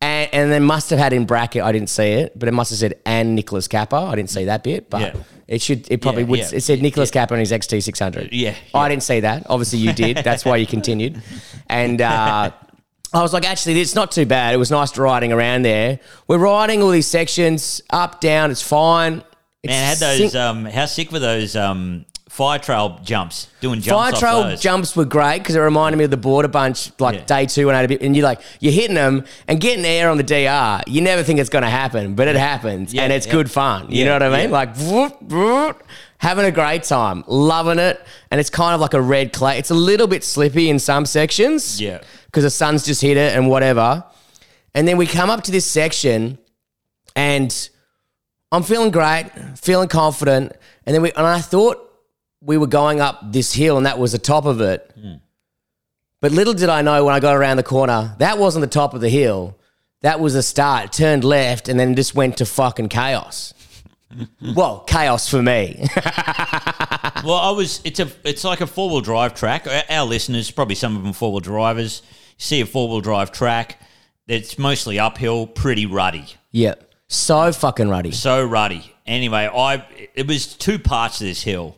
[SPEAKER 2] And, and then must have had in bracket, I didn't see it, but it must have said and Nicholas Kappa. I didn't see that bit, but
[SPEAKER 3] Yeah.
[SPEAKER 2] it should, it probably
[SPEAKER 3] Yeah,
[SPEAKER 2] would.
[SPEAKER 3] yeah. Uh,
[SPEAKER 2] It said Nicholas Kappa on his XT600.
[SPEAKER 3] Yeah,
[SPEAKER 2] I didn't see that. Obviously, you did. That's why you continued. And uh, I was like, actually, it's not too bad. It was nice riding around there. We're riding all these sections up, down. It's fine. It's
[SPEAKER 3] Man, I had
[SPEAKER 2] sing-
[SPEAKER 3] those. Um, how sick were those um, fire trail jumps? Doing jumps
[SPEAKER 2] Fire
[SPEAKER 3] off
[SPEAKER 2] trail
[SPEAKER 3] those.
[SPEAKER 2] jumps were great because it reminded me of the border bunch, like
[SPEAKER 3] Yeah.
[SPEAKER 2] day two and eight. a bit, And you're like, you're hitting them and getting air on the DR. You never think it's going to happen, but it happens, and it's
[SPEAKER 3] yeah.
[SPEAKER 2] good fun. You
[SPEAKER 3] Yeah,
[SPEAKER 2] know what I mean?
[SPEAKER 3] yeah.
[SPEAKER 2] Like, whoop, whoop, having a great time, loving it, and it's kind of like a red clay. It's a little bit slippy in some sections,
[SPEAKER 3] Yeah.
[SPEAKER 2] because the sun's just hit it and whatever. And then we come up to this section, and I'm feeling great, feeling confident, and then we and I thought we were going up this hill and that was the top of it. But little did I know when I got around the corner, that wasn't the top of the hill. That was the start. It turned left and then just went to fucking chaos. well, chaos for me.
[SPEAKER 3] Well, I was. It's a. It's like a four wheel drive track. Our- Our listeners, probably some of them four wheel drivers, see a four wheel drive track. It's mostly uphill, pretty ruddy,
[SPEAKER 2] yeah. So fucking ruddy.
[SPEAKER 3] so ruddy. Anyway, I it was two parts of this hill,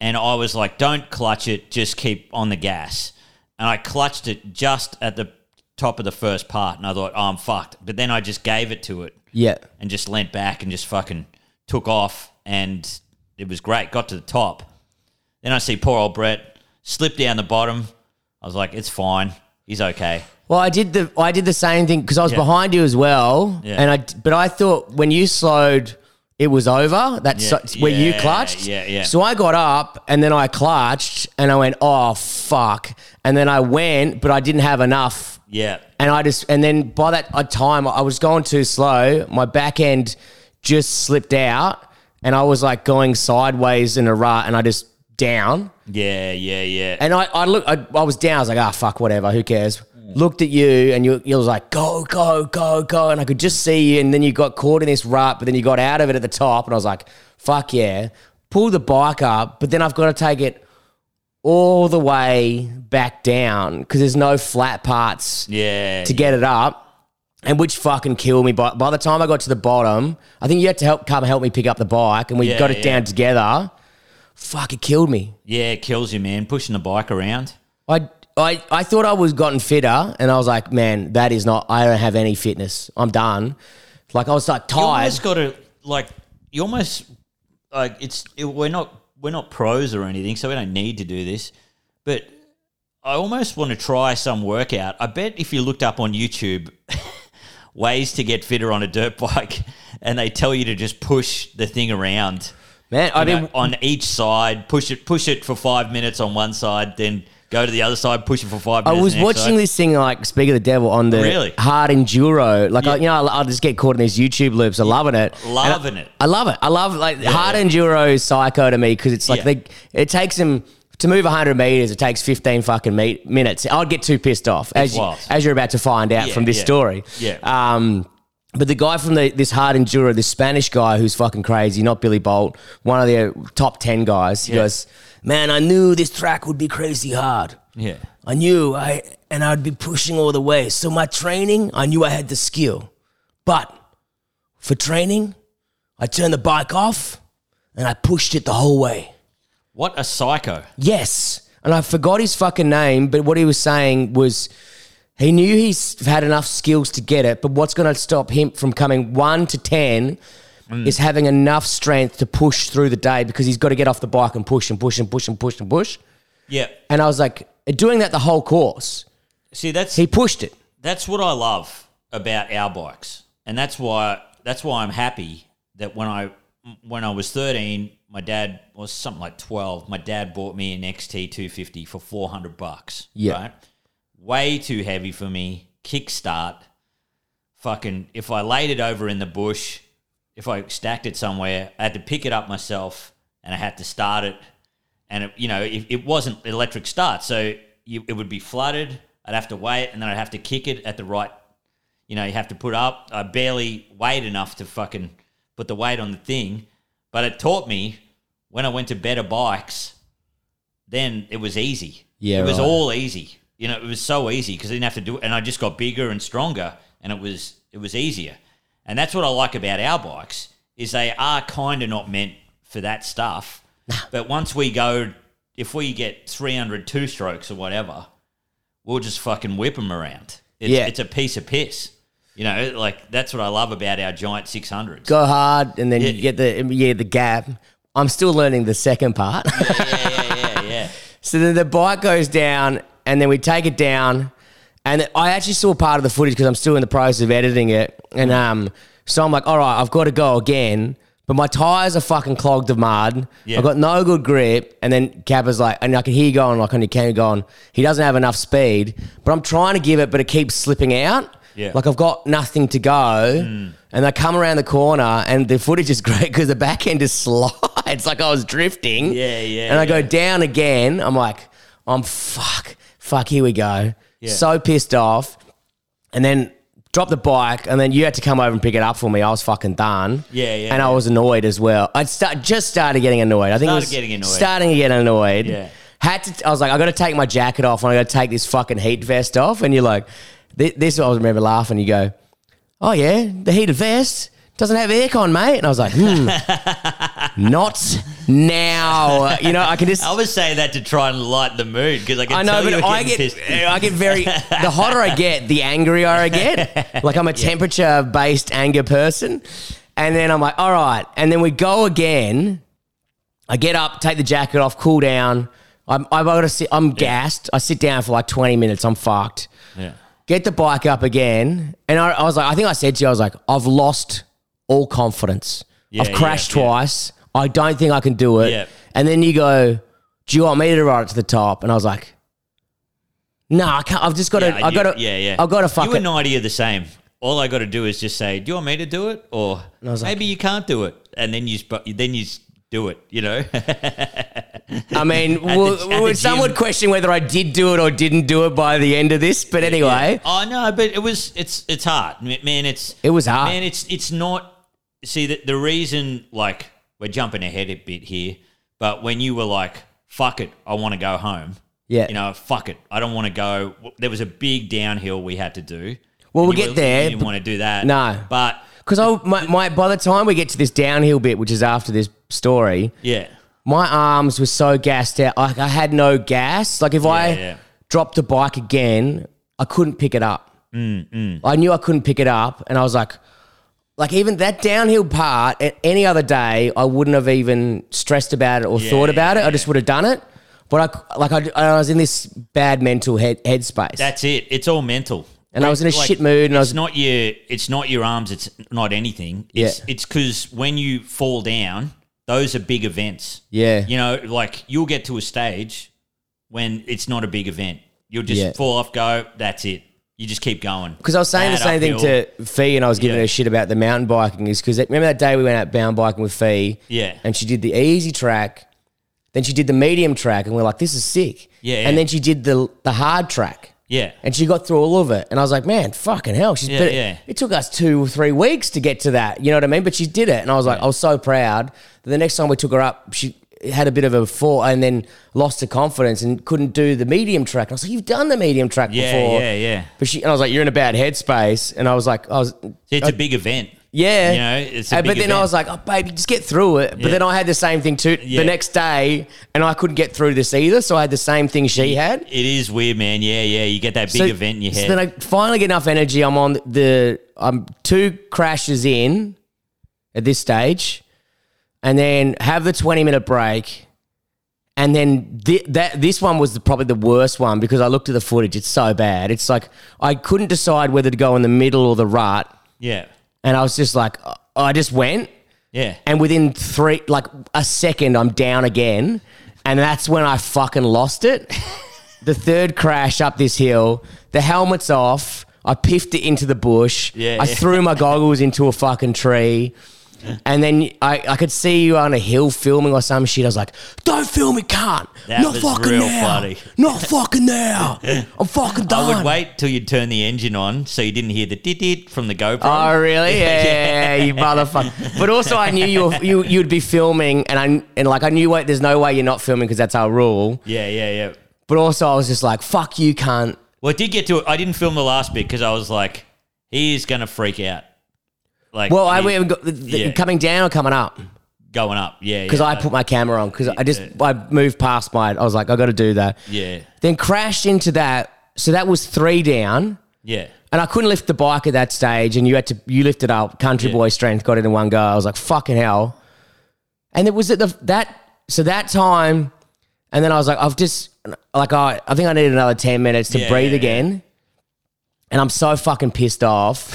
[SPEAKER 3] and I was like, "Don't clutch it, just keep on the gas." And I clutched it just at the top of the first part, and I thought, oh, "I'm fucked." But then I just gave it to it
[SPEAKER 2] Yeah.
[SPEAKER 3] and just leant back and just fucking took off and it was great. Got to the top. Then I see poor old Brett slip down the bottom. I was like, it's fine. He's okay.
[SPEAKER 2] Well, I did the I did the same thing because I was
[SPEAKER 3] Yeah.
[SPEAKER 2] behind you as well,
[SPEAKER 3] Yeah.
[SPEAKER 2] and I d- but I thought when you slowed, it was over. That's
[SPEAKER 3] Yeah,
[SPEAKER 2] so- where you
[SPEAKER 3] yeah,
[SPEAKER 2] clutched.
[SPEAKER 3] yeah, yeah.
[SPEAKER 2] So I got up and then I clutched and I went, oh fuck, and then I went, but I didn't have enough,
[SPEAKER 3] Yeah.
[SPEAKER 2] and I just and then by that uh, time I was going too slow. My back end just slipped out, and I was like going sideways in a rut, and I just down.
[SPEAKER 3] Yeah, yeah, yeah.
[SPEAKER 2] And I, I look, I, I was down. I was like, ah, fuck, whatever. Who cares? Looked at you, and you, you was like, go, go, go, go. And I could just see you. And then you got caught in this rut, but then you got out of it at the top. And I was like, fuck yeah. Pull the bike up, but then I've got to take it all the way back down because there's no flat parts
[SPEAKER 3] yeah.
[SPEAKER 2] to get it up. And which fucking killed me. By, by the time I got to the bottom, I think you had to help come help me pick up the bike, and we
[SPEAKER 3] Yeah,
[SPEAKER 2] got it
[SPEAKER 3] yeah.
[SPEAKER 2] down together. Fuck, it killed me.
[SPEAKER 3] yeah, it kills you, man. Pushing the bike around.
[SPEAKER 2] I I, I thought I was gotten fitter, and I was like, man, that is not. I don't have any fitness. I'm done. Like I was like
[SPEAKER 3] You
[SPEAKER 2] tired.
[SPEAKER 3] almost got to like. You almost like it's. It, we're not. We're not pros or anything, so we don't need to do this. But I almost want to try some workout. I bet if you looked up on YouTube ways to get fitter on a dirt bike, and they tell you to just push the thing around.
[SPEAKER 2] Man, I
[SPEAKER 3] you know,
[SPEAKER 2] didn't.
[SPEAKER 3] on each side, push it, push it for five minutes on one side, then go to the other side, push it for five
[SPEAKER 2] I
[SPEAKER 3] minutes.
[SPEAKER 2] was
[SPEAKER 3] on the next
[SPEAKER 2] watching
[SPEAKER 3] side.
[SPEAKER 2] this thing like Speak of the Devil on the
[SPEAKER 3] Really?
[SPEAKER 2] hard enduro. Like I,
[SPEAKER 3] Yeah.
[SPEAKER 2] you know, I, I just get caught in these YouTube loops. I'm loving it. And I-
[SPEAKER 3] Loving it.
[SPEAKER 2] I love it. I love like hard
[SPEAKER 3] yeah.
[SPEAKER 2] enduro is psycho to me because it's like
[SPEAKER 3] Yeah.
[SPEAKER 2] they it takes them to move 100 meters. It takes 15 fucking me- minutes. I'd get too pissed off as you,
[SPEAKER 3] wild.
[SPEAKER 2] as you're about to find out
[SPEAKER 3] Yeah,
[SPEAKER 2] from this
[SPEAKER 3] yeah.
[SPEAKER 2] story.
[SPEAKER 3] Yeah.
[SPEAKER 2] Um, but the guy from the, this hard enduro, this Spanish guy who's fucking crazy, not Billy Bolt, one of the uh, top 10 guys, he
[SPEAKER 3] Yeah.
[SPEAKER 2] goes, Man, I knew this track would be crazy hard.
[SPEAKER 3] Yeah.
[SPEAKER 2] I knew I and I'd be pushing all the way. So my training, I knew I had the skill. But for training, I turned the bike off and I pushed it the whole way.
[SPEAKER 3] What a psycho.
[SPEAKER 2] Yes. And I forgot his fucking name, but what he was saying was he knew he's had enough skills to get it, but what's going to stop him from coming 1 to 10 is having enough strength to push through the day because he's got to get off the bike and push and push and push and push and push.
[SPEAKER 3] Yeah.
[SPEAKER 2] And I was like, doing that the whole course.
[SPEAKER 3] See, that's
[SPEAKER 2] He pushed it.
[SPEAKER 3] that's what I love about our bikes, and that's why that's why I'm happy that when I when I was 13, my dad was something like 12. My dad bought me an XT 250 for 400 bucks.
[SPEAKER 2] Yeah.
[SPEAKER 3] way too heavy for me. Kickstart, fucking. If I laid it over in the bush, if I stacked it somewhere, I had to pick it up myself, and I had to start it and it, you know it, it wasn't electric start so you, it would be flooded i'd have to wait and then i'd have to kick it at the right you know you have to put up i barely weighed enough to fucking put the weight on the thing but it taught me when i went to better bikes then it was easy
[SPEAKER 2] Yeah,
[SPEAKER 3] it was
[SPEAKER 2] right.
[SPEAKER 3] all easy you know it was so easy because i didn't have to do it and i just got bigger and stronger and it was it was easier and that's what i like about our bikes is they are kind of not meant for that stuff but once we go if we get 300 two strokes or whatever we'll just fucking whip them around it's,
[SPEAKER 2] Yeah.
[SPEAKER 3] it's a piece of piss you know like that's what i love about our giant 600s
[SPEAKER 2] go hard and then you
[SPEAKER 3] Yeah.
[SPEAKER 2] get the yeah the gap. I'm still learning the second part.
[SPEAKER 3] yeah yeah yeah yeah
[SPEAKER 2] so then the bike goes down and then we take it down and I actually saw part of the footage because I'm still in the process of editing it and
[SPEAKER 3] Mm.
[SPEAKER 2] um so I'm like all right I've got to go again but my tires are fucking clogged of mud.
[SPEAKER 3] Yeah.
[SPEAKER 2] I've got no good grip. And then Cabba's like, and I can hear you going like on your camera going, he doesn't have enough speed. But I'm trying to give it, but it keeps slipping out.
[SPEAKER 3] Yeah. Mm.
[SPEAKER 2] Like I've got nothing to go. And I come around the corner and the footage is great because the back end just slides like I was drifting.
[SPEAKER 3] Yeah, yeah,
[SPEAKER 2] And I go
[SPEAKER 3] yeah.
[SPEAKER 2] down again. I'm like, I'm fuck, fuck, here we go.
[SPEAKER 3] Yeah.
[SPEAKER 2] So pissed off. And then drop the bike and then you had to come over and pick it up for me. I was fucking done.
[SPEAKER 3] Yeah, yeah,
[SPEAKER 2] And I
[SPEAKER 3] yeah.
[SPEAKER 2] was annoyed as well. I start just started getting annoyed. I think it
[SPEAKER 3] Started
[SPEAKER 2] was
[SPEAKER 3] getting annoyed.
[SPEAKER 2] starting to get annoyed.
[SPEAKER 3] Yeah.
[SPEAKER 2] Had to. I was like, I got to take my jacket off, and I got to take this fucking heat vest off. And you're like, this, this I remember laughing. You go, oh yeah, the heated vest doesn't have aircon, mate. And I was like, hmm, not now. You know, I can just.
[SPEAKER 3] I was saying that to try and lighten the mood because I can
[SPEAKER 2] I know,
[SPEAKER 3] tell
[SPEAKER 2] but
[SPEAKER 3] you're
[SPEAKER 2] I
[SPEAKER 3] getting
[SPEAKER 2] get
[SPEAKER 3] pissed.
[SPEAKER 2] I get very the hotter I get, the angrier I get. Like I'm a temperature based anger person, and then I'm like, all right, and then we go again. I get up, take the jacket off, cool down. I'm I've got to sit, I'm gassed. I sit down for like 20 minutes. I'm fucked.
[SPEAKER 3] Yeah.
[SPEAKER 2] Get the bike up again, and I, I was like, I think I said to you, I was like, I've lost all confidence. I've
[SPEAKER 3] yeah,
[SPEAKER 2] crashed
[SPEAKER 3] yeah.
[SPEAKER 2] twice. I don't think I can do it.
[SPEAKER 3] Yeah.
[SPEAKER 2] And then you go, do you want me to ride it to the top? And I was like, no, I can't. I've just got to.
[SPEAKER 3] Yeah,
[SPEAKER 2] I've
[SPEAKER 3] you-
[SPEAKER 2] got to.
[SPEAKER 3] Yeah, yeah.
[SPEAKER 2] I've got to fuck
[SPEAKER 3] You
[SPEAKER 2] it.
[SPEAKER 3] and Nighty are the same. All I got to do is just say, "Do you want me to do it?" Or
[SPEAKER 2] was like-
[SPEAKER 3] maybe you can't do it, and then you sp- then you s- do it. You know,
[SPEAKER 2] I mean,
[SPEAKER 3] the- at the
[SPEAKER 2] well, some
[SPEAKER 3] gym.
[SPEAKER 2] would question whether I did do it or didn't do it by the end of this. But anyway,
[SPEAKER 3] Oh no, but it was it's it's hard, M- man. It's
[SPEAKER 2] It was hard.
[SPEAKER 3] man. It's it's not. See the the reason like we're jumping ahead a bit here, but when you were like, "Fuck it, I want to go home."
[SPEAKER 2] Yeah.
[SPEAKER 3] you know, fuck it, I don't want to go. There was a big downhill we had to do.
[SPEAKER 2] Well, we'll
[SPEAKER 3] And you
[SPEAKER 2] get
[SPEAKER 3] were-
[SPEAKER 2] there,
[SPEAKER 3] You didn't want to do that,
[SPEAKER 2] No.
[SPEAKER 3] But
[SPEAKER 2] because I my, my by the time we get to this downhill bit, which is after this story,
[SPEAKER 3] yeah,
[SPEAKER 2] my arms were so gassed out. Like I had no gas. Like if I
[SPEAKER 3] yeah.
[SPEAKER 2] dropped the bike again. I couldn't pick it up.
[SPEAKER 3] Mm,
[SPEAKER 2] I knew I couldn't pick it up, and I was like, like even that downhill part. a- Any other day, I wouldn't have even stressed about it or thought about it. I just would have done it. But I c- like I, I was in this bad mental head headspace,
[SPEAKER 3] That's it. It's all mental.
[SPEAKER 2] and I was in a
[SPEAKER 3] Like,
[SPEAKER 2] shit mood, and I was
[SPEAKER 3] It's not your. It's not your arms. It's not anything. It's
[SPEAKER 2] Yeah.
[SPEAKER 3] it's because when you fall down, those are big events.
[SPEAKER 2] Yeah.
[SPEAKER 3] You know, like you'll get to a stage when it's not a big event. You'll just
[SPEAKER 2] Yeah.
[SPEAKER 3] fall off. Go. That's it. You just keep going.
[SPEAKER 2] Because I was saying the
[SPEAKER 3] Bad
[SPEAKER 2] same thing
[SPEAKER 3] uphill.
[SPEAKER 2] to Fee, and I was giving
[SPEAKER 3] Yeah.
[SPEAKER 2] her shit about the mountain biking. Is because remember that day we went out bound biking with Fee?
[SPEAKER 3] Yeah.
[SPEAKER 2] And she did the easy track, then she did the medium track, and we are like, this is sick.
[SPEAKER 3] Yeah, yeah.
[SPEAKER 2] And then she did the the hard track,
[SPEAKER 3] Yeah.
[SPEAKER 2] and she got through all of it. And I was like, man, fucking hell, she's.
[SPEAKER 3] Yeah,
[SPEAKER 2] but it-
[SPEAKER 3] yeah.
[SPEAKER 2] It took us two or three weeks to get to that. You know what I mean? But she did it, and I was like, I was so proud. That the next time we took her up, she had a bit of a fall and then lost her confidence and couldn't do the medium track. And I was like, you've done the medium track
[SPEAKER 3] Yeah.
[SPEAKER 2] before.
[SPEAKER 3] Yeah. Yeah.
[SPEAKER 2] But she and I was like, "You're in a bad headspace," and I was like, "I was,
[SPEAKER 3] It's a big event.
[SPEAKER 2] yeah."
[SPEAKER 3] You know, it's a
[SPEAKER 2] Uh, but
[SPEAKER 3] big
[SPEAKER 2] then I
[SPEAKER 3] event.
[SPEAKER 2] was like, "Oh, baby, just get through it." But then I had the same thing too
[SPEAKER 3] Yeah.
[SPEAKER 2] the next day, and I couldn't get through this either. So I had the same thing she had.
[SPEAKER 3] It is weird, man. Yeah. Yeah. You get that big
[SPEAKER 2] So-
[SPEAKER 3] event in your
[SPEAKER 2] So
[SPEAKER 3] head.
[SPEAKER 2] then I finally get enough energy. I'm on the I'm two crashes in at this stage, and then have the 20 minute break. And then thi- that this one was the, probably the worst one because I looked at the footage. It's so bad. It's like I couldn't decide whether to go in the middle or the rut.
[SPEAKER 3] yeah.
[SPEAKER 2] And I was just like, uh, I just went.
[SPEAKER 3] Yeah.
[SPEAKER 2] And within three, like a second, I'm down again. And that's when I fucking lost it. the third crash up this hill, the helmet's off. I piffed it into the bush.
[SPEAKER 3] Yeah,
[SPEAKER 2] I
[SPEAKER 3] yeah.
[SPEAKER 2] threw my goggles into a fucking tree. And then I, I could see you on a hill filming or some shit. I was like, don't film it, can't.
[SPEAKER 3] That
[SPEAKER 2] Not
[SPEAKER 3] was
[SPEAKER 2] fucking
[SPEAKER 3] real
[SPEAKER 2] now.
[SPEAKER 3] funny.
[SPEAKER 2] Not fucking now. I'm fucking done.
[SPEAKER 3] I would wait till you'd turn the engine on so you didn't hear the dit dit from the GoPro.
[SPEAKER 2] Oh really? Yeah, yeah, yeah, you motherfucker! But also, I knew you, were, you you'd be filming, and I and like I knew wait, there's no way you're not filming because that's our rule.
[SPEAKER 3] yeah, yeah, yeah.
[SPEAKER 2] But also, I was just like, "Fuck you, cunt!"
[SPEAKER 3] Well, it did get to it. I didn't film the last bit because I was like, he is going to freak out. Like,
[SPEAKER 2] Well, I
[SPEAKER 3] he-
[SPEAKER 2] we haven't got the, the-
[SPEAKER 3] Yeah.
[SPEAKER 2] coming down or coming up
[SPEAKER 3] going up. Yeah,
[SPEAKER 2] because
[SPEAKER 3] yeah,
[SPEAKER 2] I put my camera on because I just I moved past my. I was like, I got to do that.
[SPEAKER 3] yeah,
[SPEAKER 2] Then crashed into that, so that was three down.
[SPEAKER 3] yeah,
[SPEAKER 2] And I couldn't lift the bike at that stage, and you had to you lifted up country
[SPEAKER 3] Yeah.
[SPEAKER 2] boy strength, got it in one go. I was like, fucking hell. And it was at the that so that time, and then I was like, I've just like I I think I need another ten minutes to
[SPEAKER 3] Yeah,
[SPEAKER 2] breathe
[SPEAKER 3] yeah,
[SPEAKER 2] again. And I'm so fucking pissed off.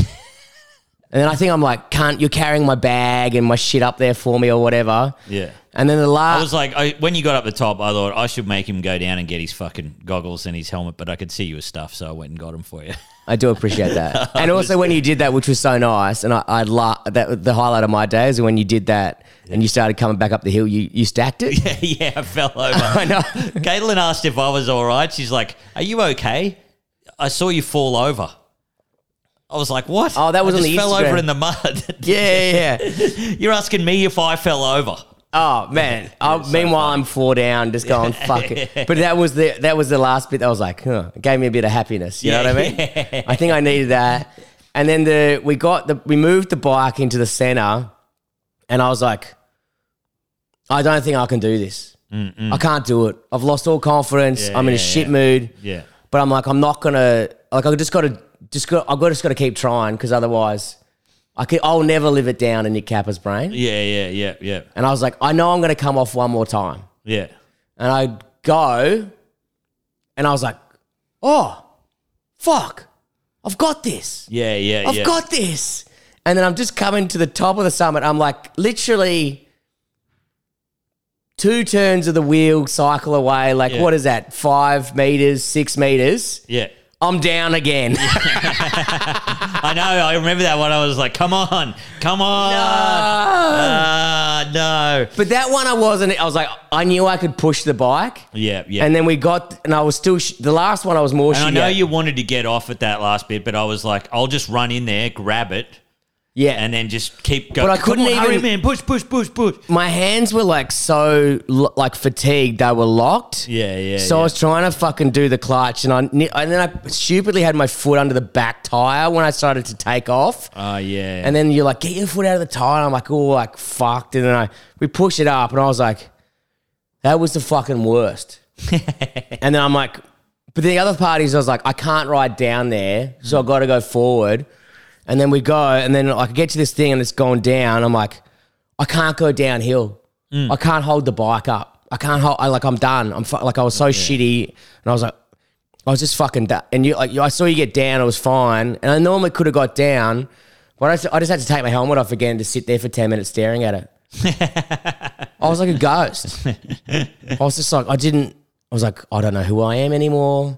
[SPEAKER 2] and then I think I'm like, cunt, you're carrying my bag and my shit up there for me or whatever.
[SPEAKER 3] yeah.
[SPEAKER 2] And then the
[SPEAKER 3] I
[SPEAKER 2] last
[SPEAKER 3] was like, I, when you got up the top, I thought I should make him go down and get his fucking goggles and his helmet, but I could see you were stuffed, so I went and got him for you.
[SPEAKER 2] I do appreciate that. and also when you did that, which was so nice, and I, I la- that the highlight of my day is when you did that and you started coming back up the hill. You you stacked it.
[SPEAKER 3] yeah, I fell over.
[SPEAKER 2] I know.
[SPEAKER 3] Caitlin asked if I was all right. She's like, "Are you okay? I saw you fall over." I was like, "What?"
[SPEAKER 2] Oh, that was
[SPEAKER 3] I
[SPEAKER 2] on
[SPEAKER 3] just
[SPEAKER 2] the
[SPEAKER 3] fell over
[SPEAKER 2] Instagram.
[SPEAKER 3] in the mud.
[SPEAKER 2] Yeah, yeah. yeah.
[SPEAKER 3] You're asking me if I fell over.
[SPEAKER 2] Oh man. I, meanwhile, I'm four down, just going fuck it. But that was the that was the last bit. That was like, huh, it gave me a bit of happiness. You know
[SPEAKER 3] Yeah,
[SPEAKER 2] what I mean? I think I needed that. And then the we got the we moved the bike into the center, and I was like, I don't think I can do this. I can't do it. I've lost all confidence.
[SPEAKER 3] Yeah,
[SPEAKER 2] I'm in a
[SPEAKER 3] yeah,
[SPEAKER 2] shit
[SPEAKER 3] yeah.
[SPEAKER 2] mood.
[SPEAKER 3] Yeah.
[SPEAKER 2] But I'm like, I'm not gonna like. I just gotta just got. I got just gotta keep trying because otherwise, I could. I'll never live it down in Nick Kappa's brain.
[SPEAKER 3] Yeah, yeah, yeah, yeah,
[SPEAKER 2] And I was like, I know I'm gonna come off one more time.
[SPEAKER 3] yeah.
[SPEAKER 2] And I go, and I was like, oh, fuck, I've got this.
[SPEAKER 3] Yeah, yeah,
[SPEAKER 2] I've
[SPEAKER 3] yeah.
[SPEAKER 2] got this. And then I'm just coming to the top of the summit. I'm like literally two turns of the wheel cycle away. Like,
[SPEAKER 3] Yeah.
[SPEAKER 2] what is that? Five meters, six meters.
[SPEAKER 3] yeah.
[SPEAKER 2] I'm down again.
[SPEAKER 3] I know. I remember that one. I was like, "Come on, come on." Ah, no.
[SPEAKER 2] but that one I wasn't. I was like, I knew I could push the bike.
[SPEAKER 3] Yeah, yeah.
[SPEAKER 2] And
[SPEAKER 3] And,
[SPEAKER 2] then we got, and I was still, sh- the last one I was more
[SPEAKER 3] I
[SPEAKER 2] shitty
[SPEAKER 3] know
[SPEAKER 2] at.
[SPEAKER 3] you wanted to get off at that last bit, but I was like, "I'll just run in there, grab it,
[SPEAKER 2] Yeah.
[SPEAKER 3] and then just keep going."
[SPEAKER 2] But I couldn't
[SPEAKER 3] Come on, Hurry,
[SPEAKER 2] even-
[SPEAKER 3] man. Push, push, push, push.
[SPEAKER 2] my hands were like so lo- like fatigued they were locked
[SPEAKER 3] Yeah, yeah.
[SPEAKER 2] so
[SPEAKER 3] yeah.
[SPEAKER 2] i was trying to fucking do the clutch and i ni- and then i stupidly had my foot under the back tire when i started to take off
[SPEAKER 3] Oh yeah.
[SPEAKER 2] and then you're like get your foot out of the tire and i'm like oh like fucked and then i we push it up and i was like that was the fucking worst and then i'm like But the other part is I was like, I can't ride down there, so I got to go forward. And then we go, and then I get to this thing and it's going down. I'm like, I can't go downhill. I can't hold the bike up. I can't hold. I like I'm done. I'm fu- like I was so shitty, and I was like, I was just fucking. Da- and you like you- I saw you get down. I was fine, and I normally could have got down, but I just, I just had to take my helmet off again to sit there for ten minutes staring at it. I was like a ghost. I was just like, I didn't, I was like, I don't know who I am anymore.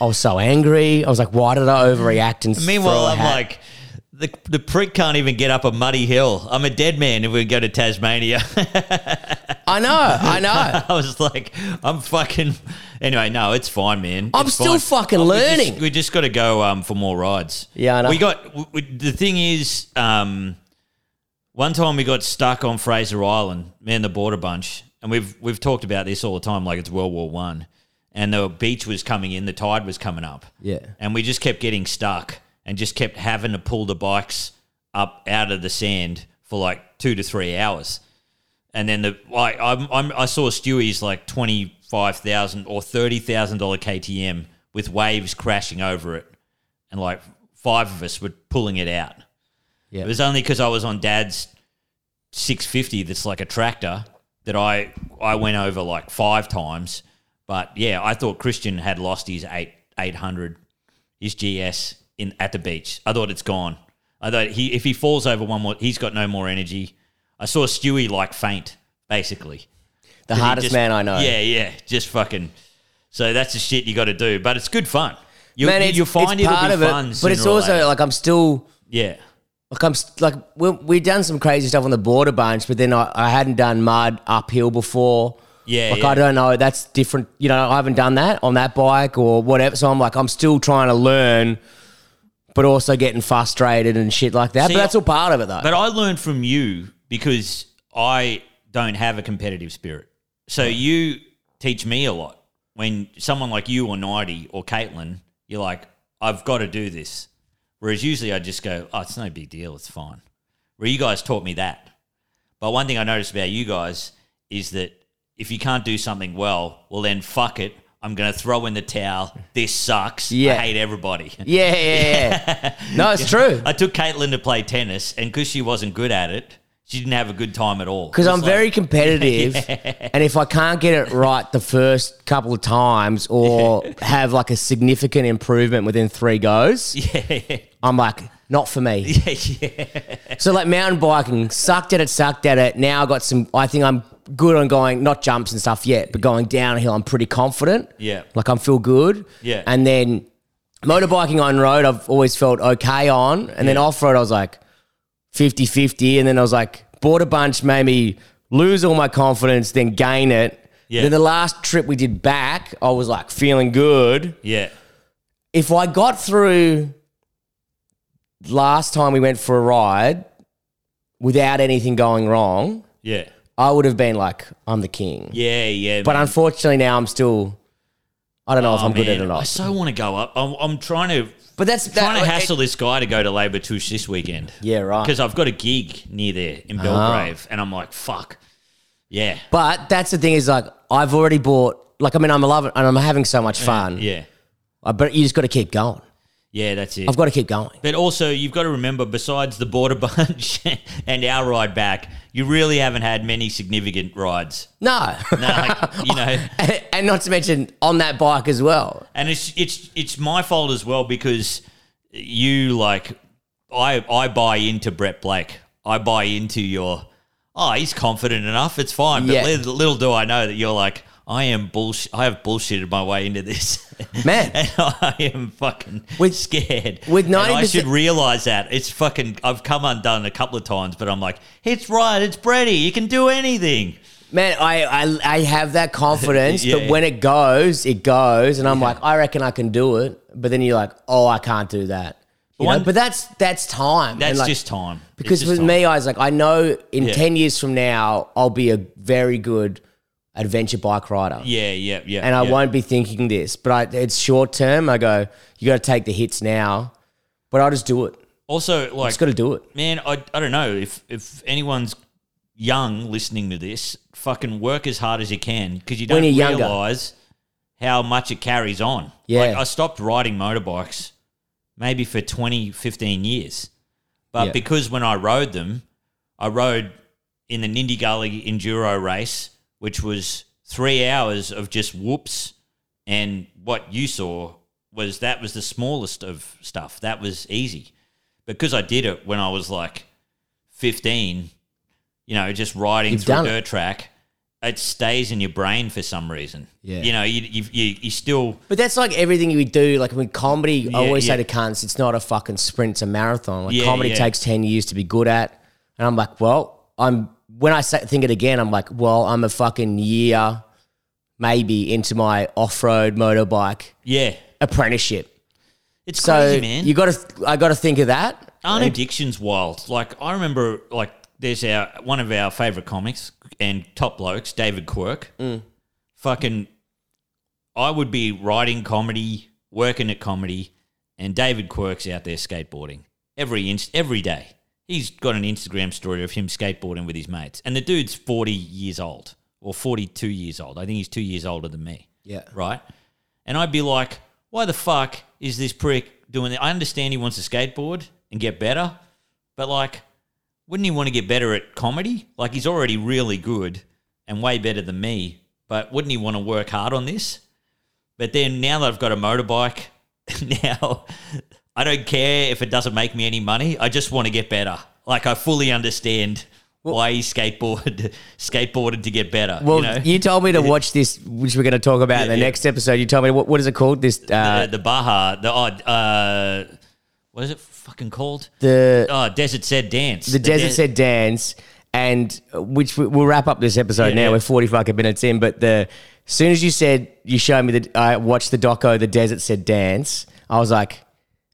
[SPEAKER 2] I was so angry. I was like, why did I overreact? And
[SPEAKER 3] Meanwhile,
[SPEAKER 2] throw a
[SPEAKER 3] I'm
[SPEAKER 2] hat?
[SPEAKER 3] like, the, the prick can't even get up a muddy hill. I'm a dead man if we go to Tasmania.
[SPEAKER 2] I know, I know.
[SPEAKER 3] I was like, I'm fucking. Anyway, no, it's fine, man.
[SPEAKER 2] I'm
[SPEAKER 3] It's
[SPEAKER 2] still
[SPEAKER 3] fine.
[SPEAKER 2] fucking
[SPEAKER 3] We just-
[SPEAKER 2] learning.
[SPEAKER 3] we just got to go um, for more rides.
[SPEAKER 2] Yeah, I know.
[SPEAKER 3] We got w w- the thing is, um, one time we got stuck on Fraser Island, me and the border bunch, and we've we've talked about this all the time, like it's World War One, and the beach was coming in, the tide was coming up,
[SPEAKER 2] Yeah.
[SPEAKER 3] and we just kept getting stuck and just kept having to pull the bikes up out of the sand for like two to three hours. And then the like, I'm, I'm, I saw Stewie's like twenty five thousand or thirty thousand dollar KTM with waves crashing over it, and like five of us were pulling it out.
[SPEAKER 2] Yeah.
[SPEAKER 3] It was only because I was on Dad's six fifty that's like a tractor that I I went over like five times. But yeah, I thought Christian had lost his eight eight hundred, his GS in at the beach. I thought it's gone. I thought he if he falls over one more, he's got no more energy. I saw Stewie like faint, basically.
[SPEAKER 2] The
[SPEAKER 3] 'Cause he
[SPEAKER 2] hardest
[SPEAKER 3] just-
[SPEAKER 2] man I know.
[SPEAKER 3] Yeah, yeah, just fucking. So that's the shit you got to do, but it's good fun. You,
[SPEAKER 2] Man, it's,
[SPEAKER 3] you find
[SPEAKER 2] it's
[SPEAKER 3] it'll
[SPEAKER 2] part
[SPEAKER 3] be
[SPEAKER 2] of
[SPEAKER 3] fun,
[SPEAKER 2] it, but
[SPEAKER 3] sooner
[SPEAKER 2] it's
[SPEAKER 3] or
[SPEAKER 2] also
[SPEAKER 3] later.
[SPEAKER 2] like I'm still
[SPEAKER 3] yeah,
[SPEAKER 2] like I'm st- like we we done some crazy stuff on the border bunch, but then I, I hadn't done mud uphill before.
[SPEAKER 3] Yeah,
[SPEAKER 2] like
[SPEAKER 3] yeah.
[SPEAKER 2] I don't know. That's different. You know, I haven't done that on that bike or whatever. So I'm like, I'm still trying to learn, but also getting frustrated and shit like that.
[SPEAKER 3] See,
[SPEAKER 2] but that's all part of it, though.
[SPEAKER 3] But I learned from you because I don't have a competitive spirit. So you teach me a lot. When someone like you or Nighty or Caitlin, you're like, I've got to do this. Whereas usually I just go, oh, it's no big deal. It's fine. Where you guys taught me that. But one thing I noticed about you guys is that if you can't do something well, well, then fuck it. I'm going to throw in the towel. This sucks. I
[SPEAKER 2] Yeah.
[SPEAKER 3] hate everybody.
[SPEAKER 2] yeah, yeah, yeah. no, it's true.
[SPEAKER 3] I took Caitlin to play tennis, and because she wasn't good at it, she didn't have a good time at all.
[SPEAKER 2] Because
[SPEAKER 3] It
[SPEAKER 2] I'm
[SPEAKER 3] was like-
[SPEAKER 2] very competitive, and if I can't get it right the first couple of times or have like a significant improvement within three goes, I'm like, not for me. So like mountain biking, sucked at it, sucked at it. Now I got some. I think I'm good on going not jumps and stuff yet, but going downhill, I'm pretty confident.
[SPEAKER 3] Yeah.
[SPEAKER 2] like I'm feel good.
[SPEAKER 3] Yeah.
[SPEAKER 2] and then motorbiking on road, I've always felt okay on, and then off road, I was like 50-50. and then I was like bought a bunch, made me lose all my confidence, then gain it.
[SPEAKER 3] Yeah.
[SPEAKER 2] Then the last trip we did back, I was like feeling good
[SPEAKER 3] yeah,
[SPEAKER 2] if I got through last time we went for a ride without anything going wrong,
[SPEAKER 3] yeah,
[SPEAKER 2] I would have been like, I'm the king.
[SPEAKER 3] yeah, yeah.
[SPEAKER 2] But
[SPEAKER 3] man.
[SPEAKER 2] unfortunately, now I'm still, I don't know if
[SPEAKER 3] Oh,
[SPEAKER 2] I'm good at it
[SPEAKER 3] man,
[SPEAKER 2] or
[SPEAKER 3] I
[SPEAKER 2] not.
[SPEAKER 3] so want to go up. I'm, I'm trying to
[SPEAKER 2] But that's that,
[SPEAKER 3] trying to
[SPEAKER 2] it-
[SPEAKER 3] hassle this guy to go to Labour Touche this weekend.
[SPEAKER 2] Yeah, right.
[SPEAKER 3] Because I've got a gig near there
[SPEAKER 2] Ah.
[SPEAKER 3] in Belgrave, and I'm like, fuck. Yeah,
[SPEAKER 2] But that's the thing is like, I've already bought, like, I mean, I'm loving and I'm having so much fun.
[SPEAKER 3] yeah,
[SPEAKER 2] Uh, But you just got to keep going.
[SPEAKER 3] yeah. That's it.
[SPEAKER 2] I've got to keep going.
[SPEAKER 3] But also, you've got to remember, besides the border bunch and our ride back, you really haven't had many significant rides.
[SPEAKER 2] No.
[SPEAKER 3] No, like, you know.
[SPEAKER 2] and not to mention on that bike as well.
[SPEAKER 3] and it's it's it's my fault as well because you like I I buy into Brett Blake. I buy into your oh he's confident enough. It's fine. But
[SPEAKER 2] Yeah.
[SPEAKER 3] little, little do I know that you're like I am bullshit. I have bullshitted my way into this.
[SPEAKER 2] Man.
[SPEAKER 3] and I am fucking
[SPEAKER 2] With-
[SPEAKER 3] scared.
[SPEAKER 2] with
[SPEAKER 3] And I
[SPEAKER 2] 90%
[SPEAKER 3] should realize that it's fucking. I've come undone a couple of times, but I'm like, it's right. It's Bretty. You can do anything.
[SPEAKER 2] Man, I, I I have that confidence,
[SPEAKER 3] Yeah,
[SPEAKER 2] but
[SPEAKER 3] yeah.
[SPEAKER 2] when it goes, it goes, and I'm like, I reckon I can do it. But then you're like, oh, I can't do that. You know?
[SPEAKER 3] One-
[SPEAKER 2] But that's that's time. and
[SPEAKER 3] That's
[SPEAKER 2] like-
[SPEAKER 3] just time. It's
[SPEAKER 2] because
[SPEAKER 3] just
[SPEAKER 2] with
[SPEAKER 3] time.
[SPEAKER 2] me, I was like, I know in
[SPEAKER 3] Yeah.
[SPEAKER 2] ten years from now, I'll be a very good adventure bike rider,
[SPEAKER 3] yeah, yeah, yeah,
[SPEAKER 2] and I
[SPEAKER 3] yeah.
[SPEAKER 2] won't be thinking this. But I, it's short term. I go, you got to take the hits now, but I'll just do it.
[SPEAKER 3] Also, like,
[SPEAKER 2] Just got to do it.
[SPEAKER 3] man, I, I don't know if if anyone's young listening to this, fucking work as hard as you can because you don't
[SPEAKER 2] When you're younger.
[SPEAKER 3] realize how much it carries on.
[SPEAKER 2] Yeah.
[SPEAKER 3] Like I stopped riding motorbikes maybe for 20, 15 years. But
[SPEAKER 2] Yeah.
[SPEAKER 3] because when I rode them, I rode in the Nindy Gully Enduro race, which was three hours of just whoops. And what you saw was that was the smallest of stuff. That was easy. Because I did it when I was like 15, you know, just riding
[SPEAKER 2] You've
[SPEAKER 3] through
[SPEAKER 2] done
[SPEAKER 3] a
[SPEAKER 2] it.
[SPEAKER 3] dirt track, it stays in your brain for some reason.
[SPEAKER 2] Yeah.
[SPEAKER 3] You know, you, you, you, you still.
[SPEAKER 2] But that's like everything we do. Like when comedy, I
[SPEAKER 3] Yeah,
[SPEAKER 2] always
[SPEAKER 3] yeah.
[SPEAKER 2] say to cunts, it's not a fucking sprint, it's a marathon. Like
[SPEAKER 3] Yeah,
[SPEAKER 2] comedy
[SPEAKER 3] yeah.
[SPEAKER 2] takes 10 years to be good at. And I'm like, well, I'm, when I say, think it again, I'm like, well, I'm a fucking year maybe into my off road motorbike
[SPEAKER 3] Yeah.
[SPEAKER 2] apprenticeship.
[SPEAKER 3] It's
[SPEAKER 2] So
[SPEAKER 3] crazy, man.
[SPEAKER 2] you got to, I got to think of that.
[SPEAKER 3] Aren't addictions wild? Like I remember, like there's our one of our favorite comics and top blokes, David Quirk. Fucking, I would be writing comedy, working at comedy, and David Quirk's out there skateboarding every inst- every day. He's got an Instagram story of him skateboarding with his mates, and the dude's forty years old or forty two years old. I think he's two years older than me
[SPEAKER 2] Yeah.
[SPEAKER 3] right? And I'd be like, why the fuck is this prick doing that? I understand he wants to skateboard and get better, but like, wouldn't he want to get better at comedy? Like, he's already really good and way better than me, but wouldn't he want to work hard on this? But then now that I've got a motorbike, now I don't care if it doesn't make me any money. I just want to get better. Like, I fully understand. why he skateboard skateboarded to get better?
[SPEAKER 2] Well,
[SPEAKER 3] you
[SPEAKER 2] you,
[SPEAKER 3] know?
[SPEAKER 2] told me to watch this, which we're going to talk about in the
[SPEAKER 3] yeah.
[SPEAKER 2] next episode. You told me, what, what is it called? This, uh,
[SPEAKER 3] the, the Baja, the oh, uh, what is it fucking called?
[SPEAKER 2] the,
[SPEAKER 3] oh, Desert Said Dance.
[SPEAKER 2] the desert said dance and uh, which we- we'll wrap up this episode
[SPEAKER 3] Yeah,
[SPEAKER 2] now
[SPEAKER 3] yeah.
[SPEAKER 2] we're 40 fucking minutes in but the as soon as you said you showed me that i watched the doco the desert said dance i was like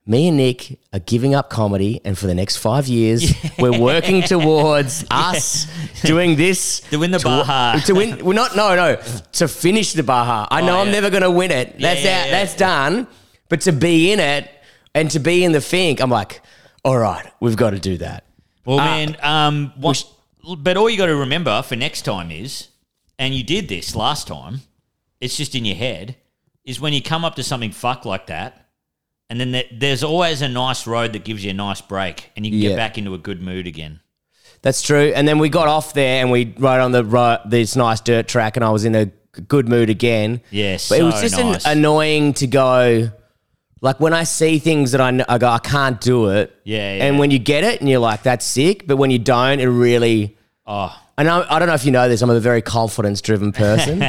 [SPEAKER 2] me and Nick are giving up comedy, and for the next five years, we're working towards us doing this.
[SPEAKER 3] To win the
[SPEAKER 2] to-
[SPEAKER 3] Baja.
[SPEAKER 2] To win, well, not no, no, to finish the Baja. I know I'm
[SPEAKER 3] Oh, yeah.
[SPEAKER 2] never going to win it. That's
[SPEAKER 3] yeah,
[SPEAKER 2] out.
[SPEAKER 3] yeah,
[SPEAKER 2] that's done. But to be in it and to be in the think, I'm like, all right, we've got to do that.
[SPEAKER 3] Well, man, um, what, but all you got to remember for next time is, and you did this last time, it's just in your head, is when you come up to something fuck like that, and then there, there's always a nice road that gives you a nice break, and you can
[SPEAKER 2] Yeah.
[SPEAKER 3] get back into a good mood again.
[SPEAKER 2] That's true. And then we got off there and we rode on the ro- this nice dirt track, and I was in a good mood again.
[SPEAKER 3] Yes,
[SPEAKER 2] but it was
[SPEAKER 3] so
[SPEAKER 2] just
[SPEAKER 3] nice.
[SPEAKER 2] an, annoying to go. Like when I see things that I, kn- I go, I can't do it.
[SPEAKER 3] Yeah, yeah.
[SPEAKER 2] And when you get it, and you're like, that's sick. But when you don't, it really.
[SPEAKER 3] Oh,
[SPEAKER 2] And I, I don't know if you know this. I'm a very confidence-driven person.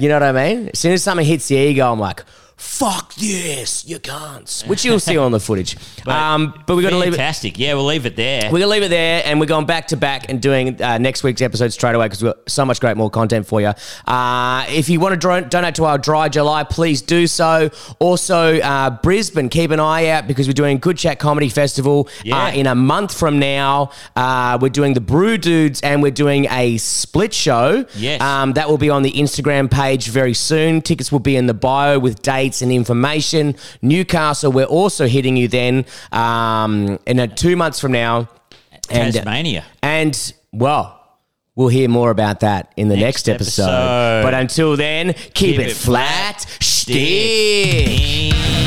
[SPEAKER 2] you know what I mean? As soon as something hits the ego, I'm like, "Fuck this, you can't." Which you'll see on the footage. But, um, but we got to leave it.
[SPEAKER 3] fantastic! Yeah, we'll leave it there.
[SPEAKER 2] We're going to leave it there and we're going back to back and doing uh, next week's episode straight away because we've got so much great more content for you. Uh, if you want to dro- donate to our Dry July, please do so. Also, uh, Brisbane, keep an eye out because we're doing Good Chat Comedy Festival
[SPEAKER 3] Yeah.
[SPEAKER 2] uh, in a month from now. Uh, we're doing the Brew Dudes and we're doing a split show.
[SPEAKER 3] Yes.
[SPEAKER 2] Um, that will be on the Instagram page very soon. Tickets will be in the bio with dates and information. Newcastle, we're also hitting you then um, in a, two months from now. And, uh,
[SPEAKER 3] Tasmania.
[SPEAKER 2] and well, we'll hear more about that in the next,
[SPEAKER 3] Next
[SPEAKER 2] episode.
[SPEAKER 3] episode.
[SPEAKER 2] But until then, keep, it,
[SPEAKER 3] it
[SPEAKER 2] flat, stick.
[SPEAKER 3] Damn.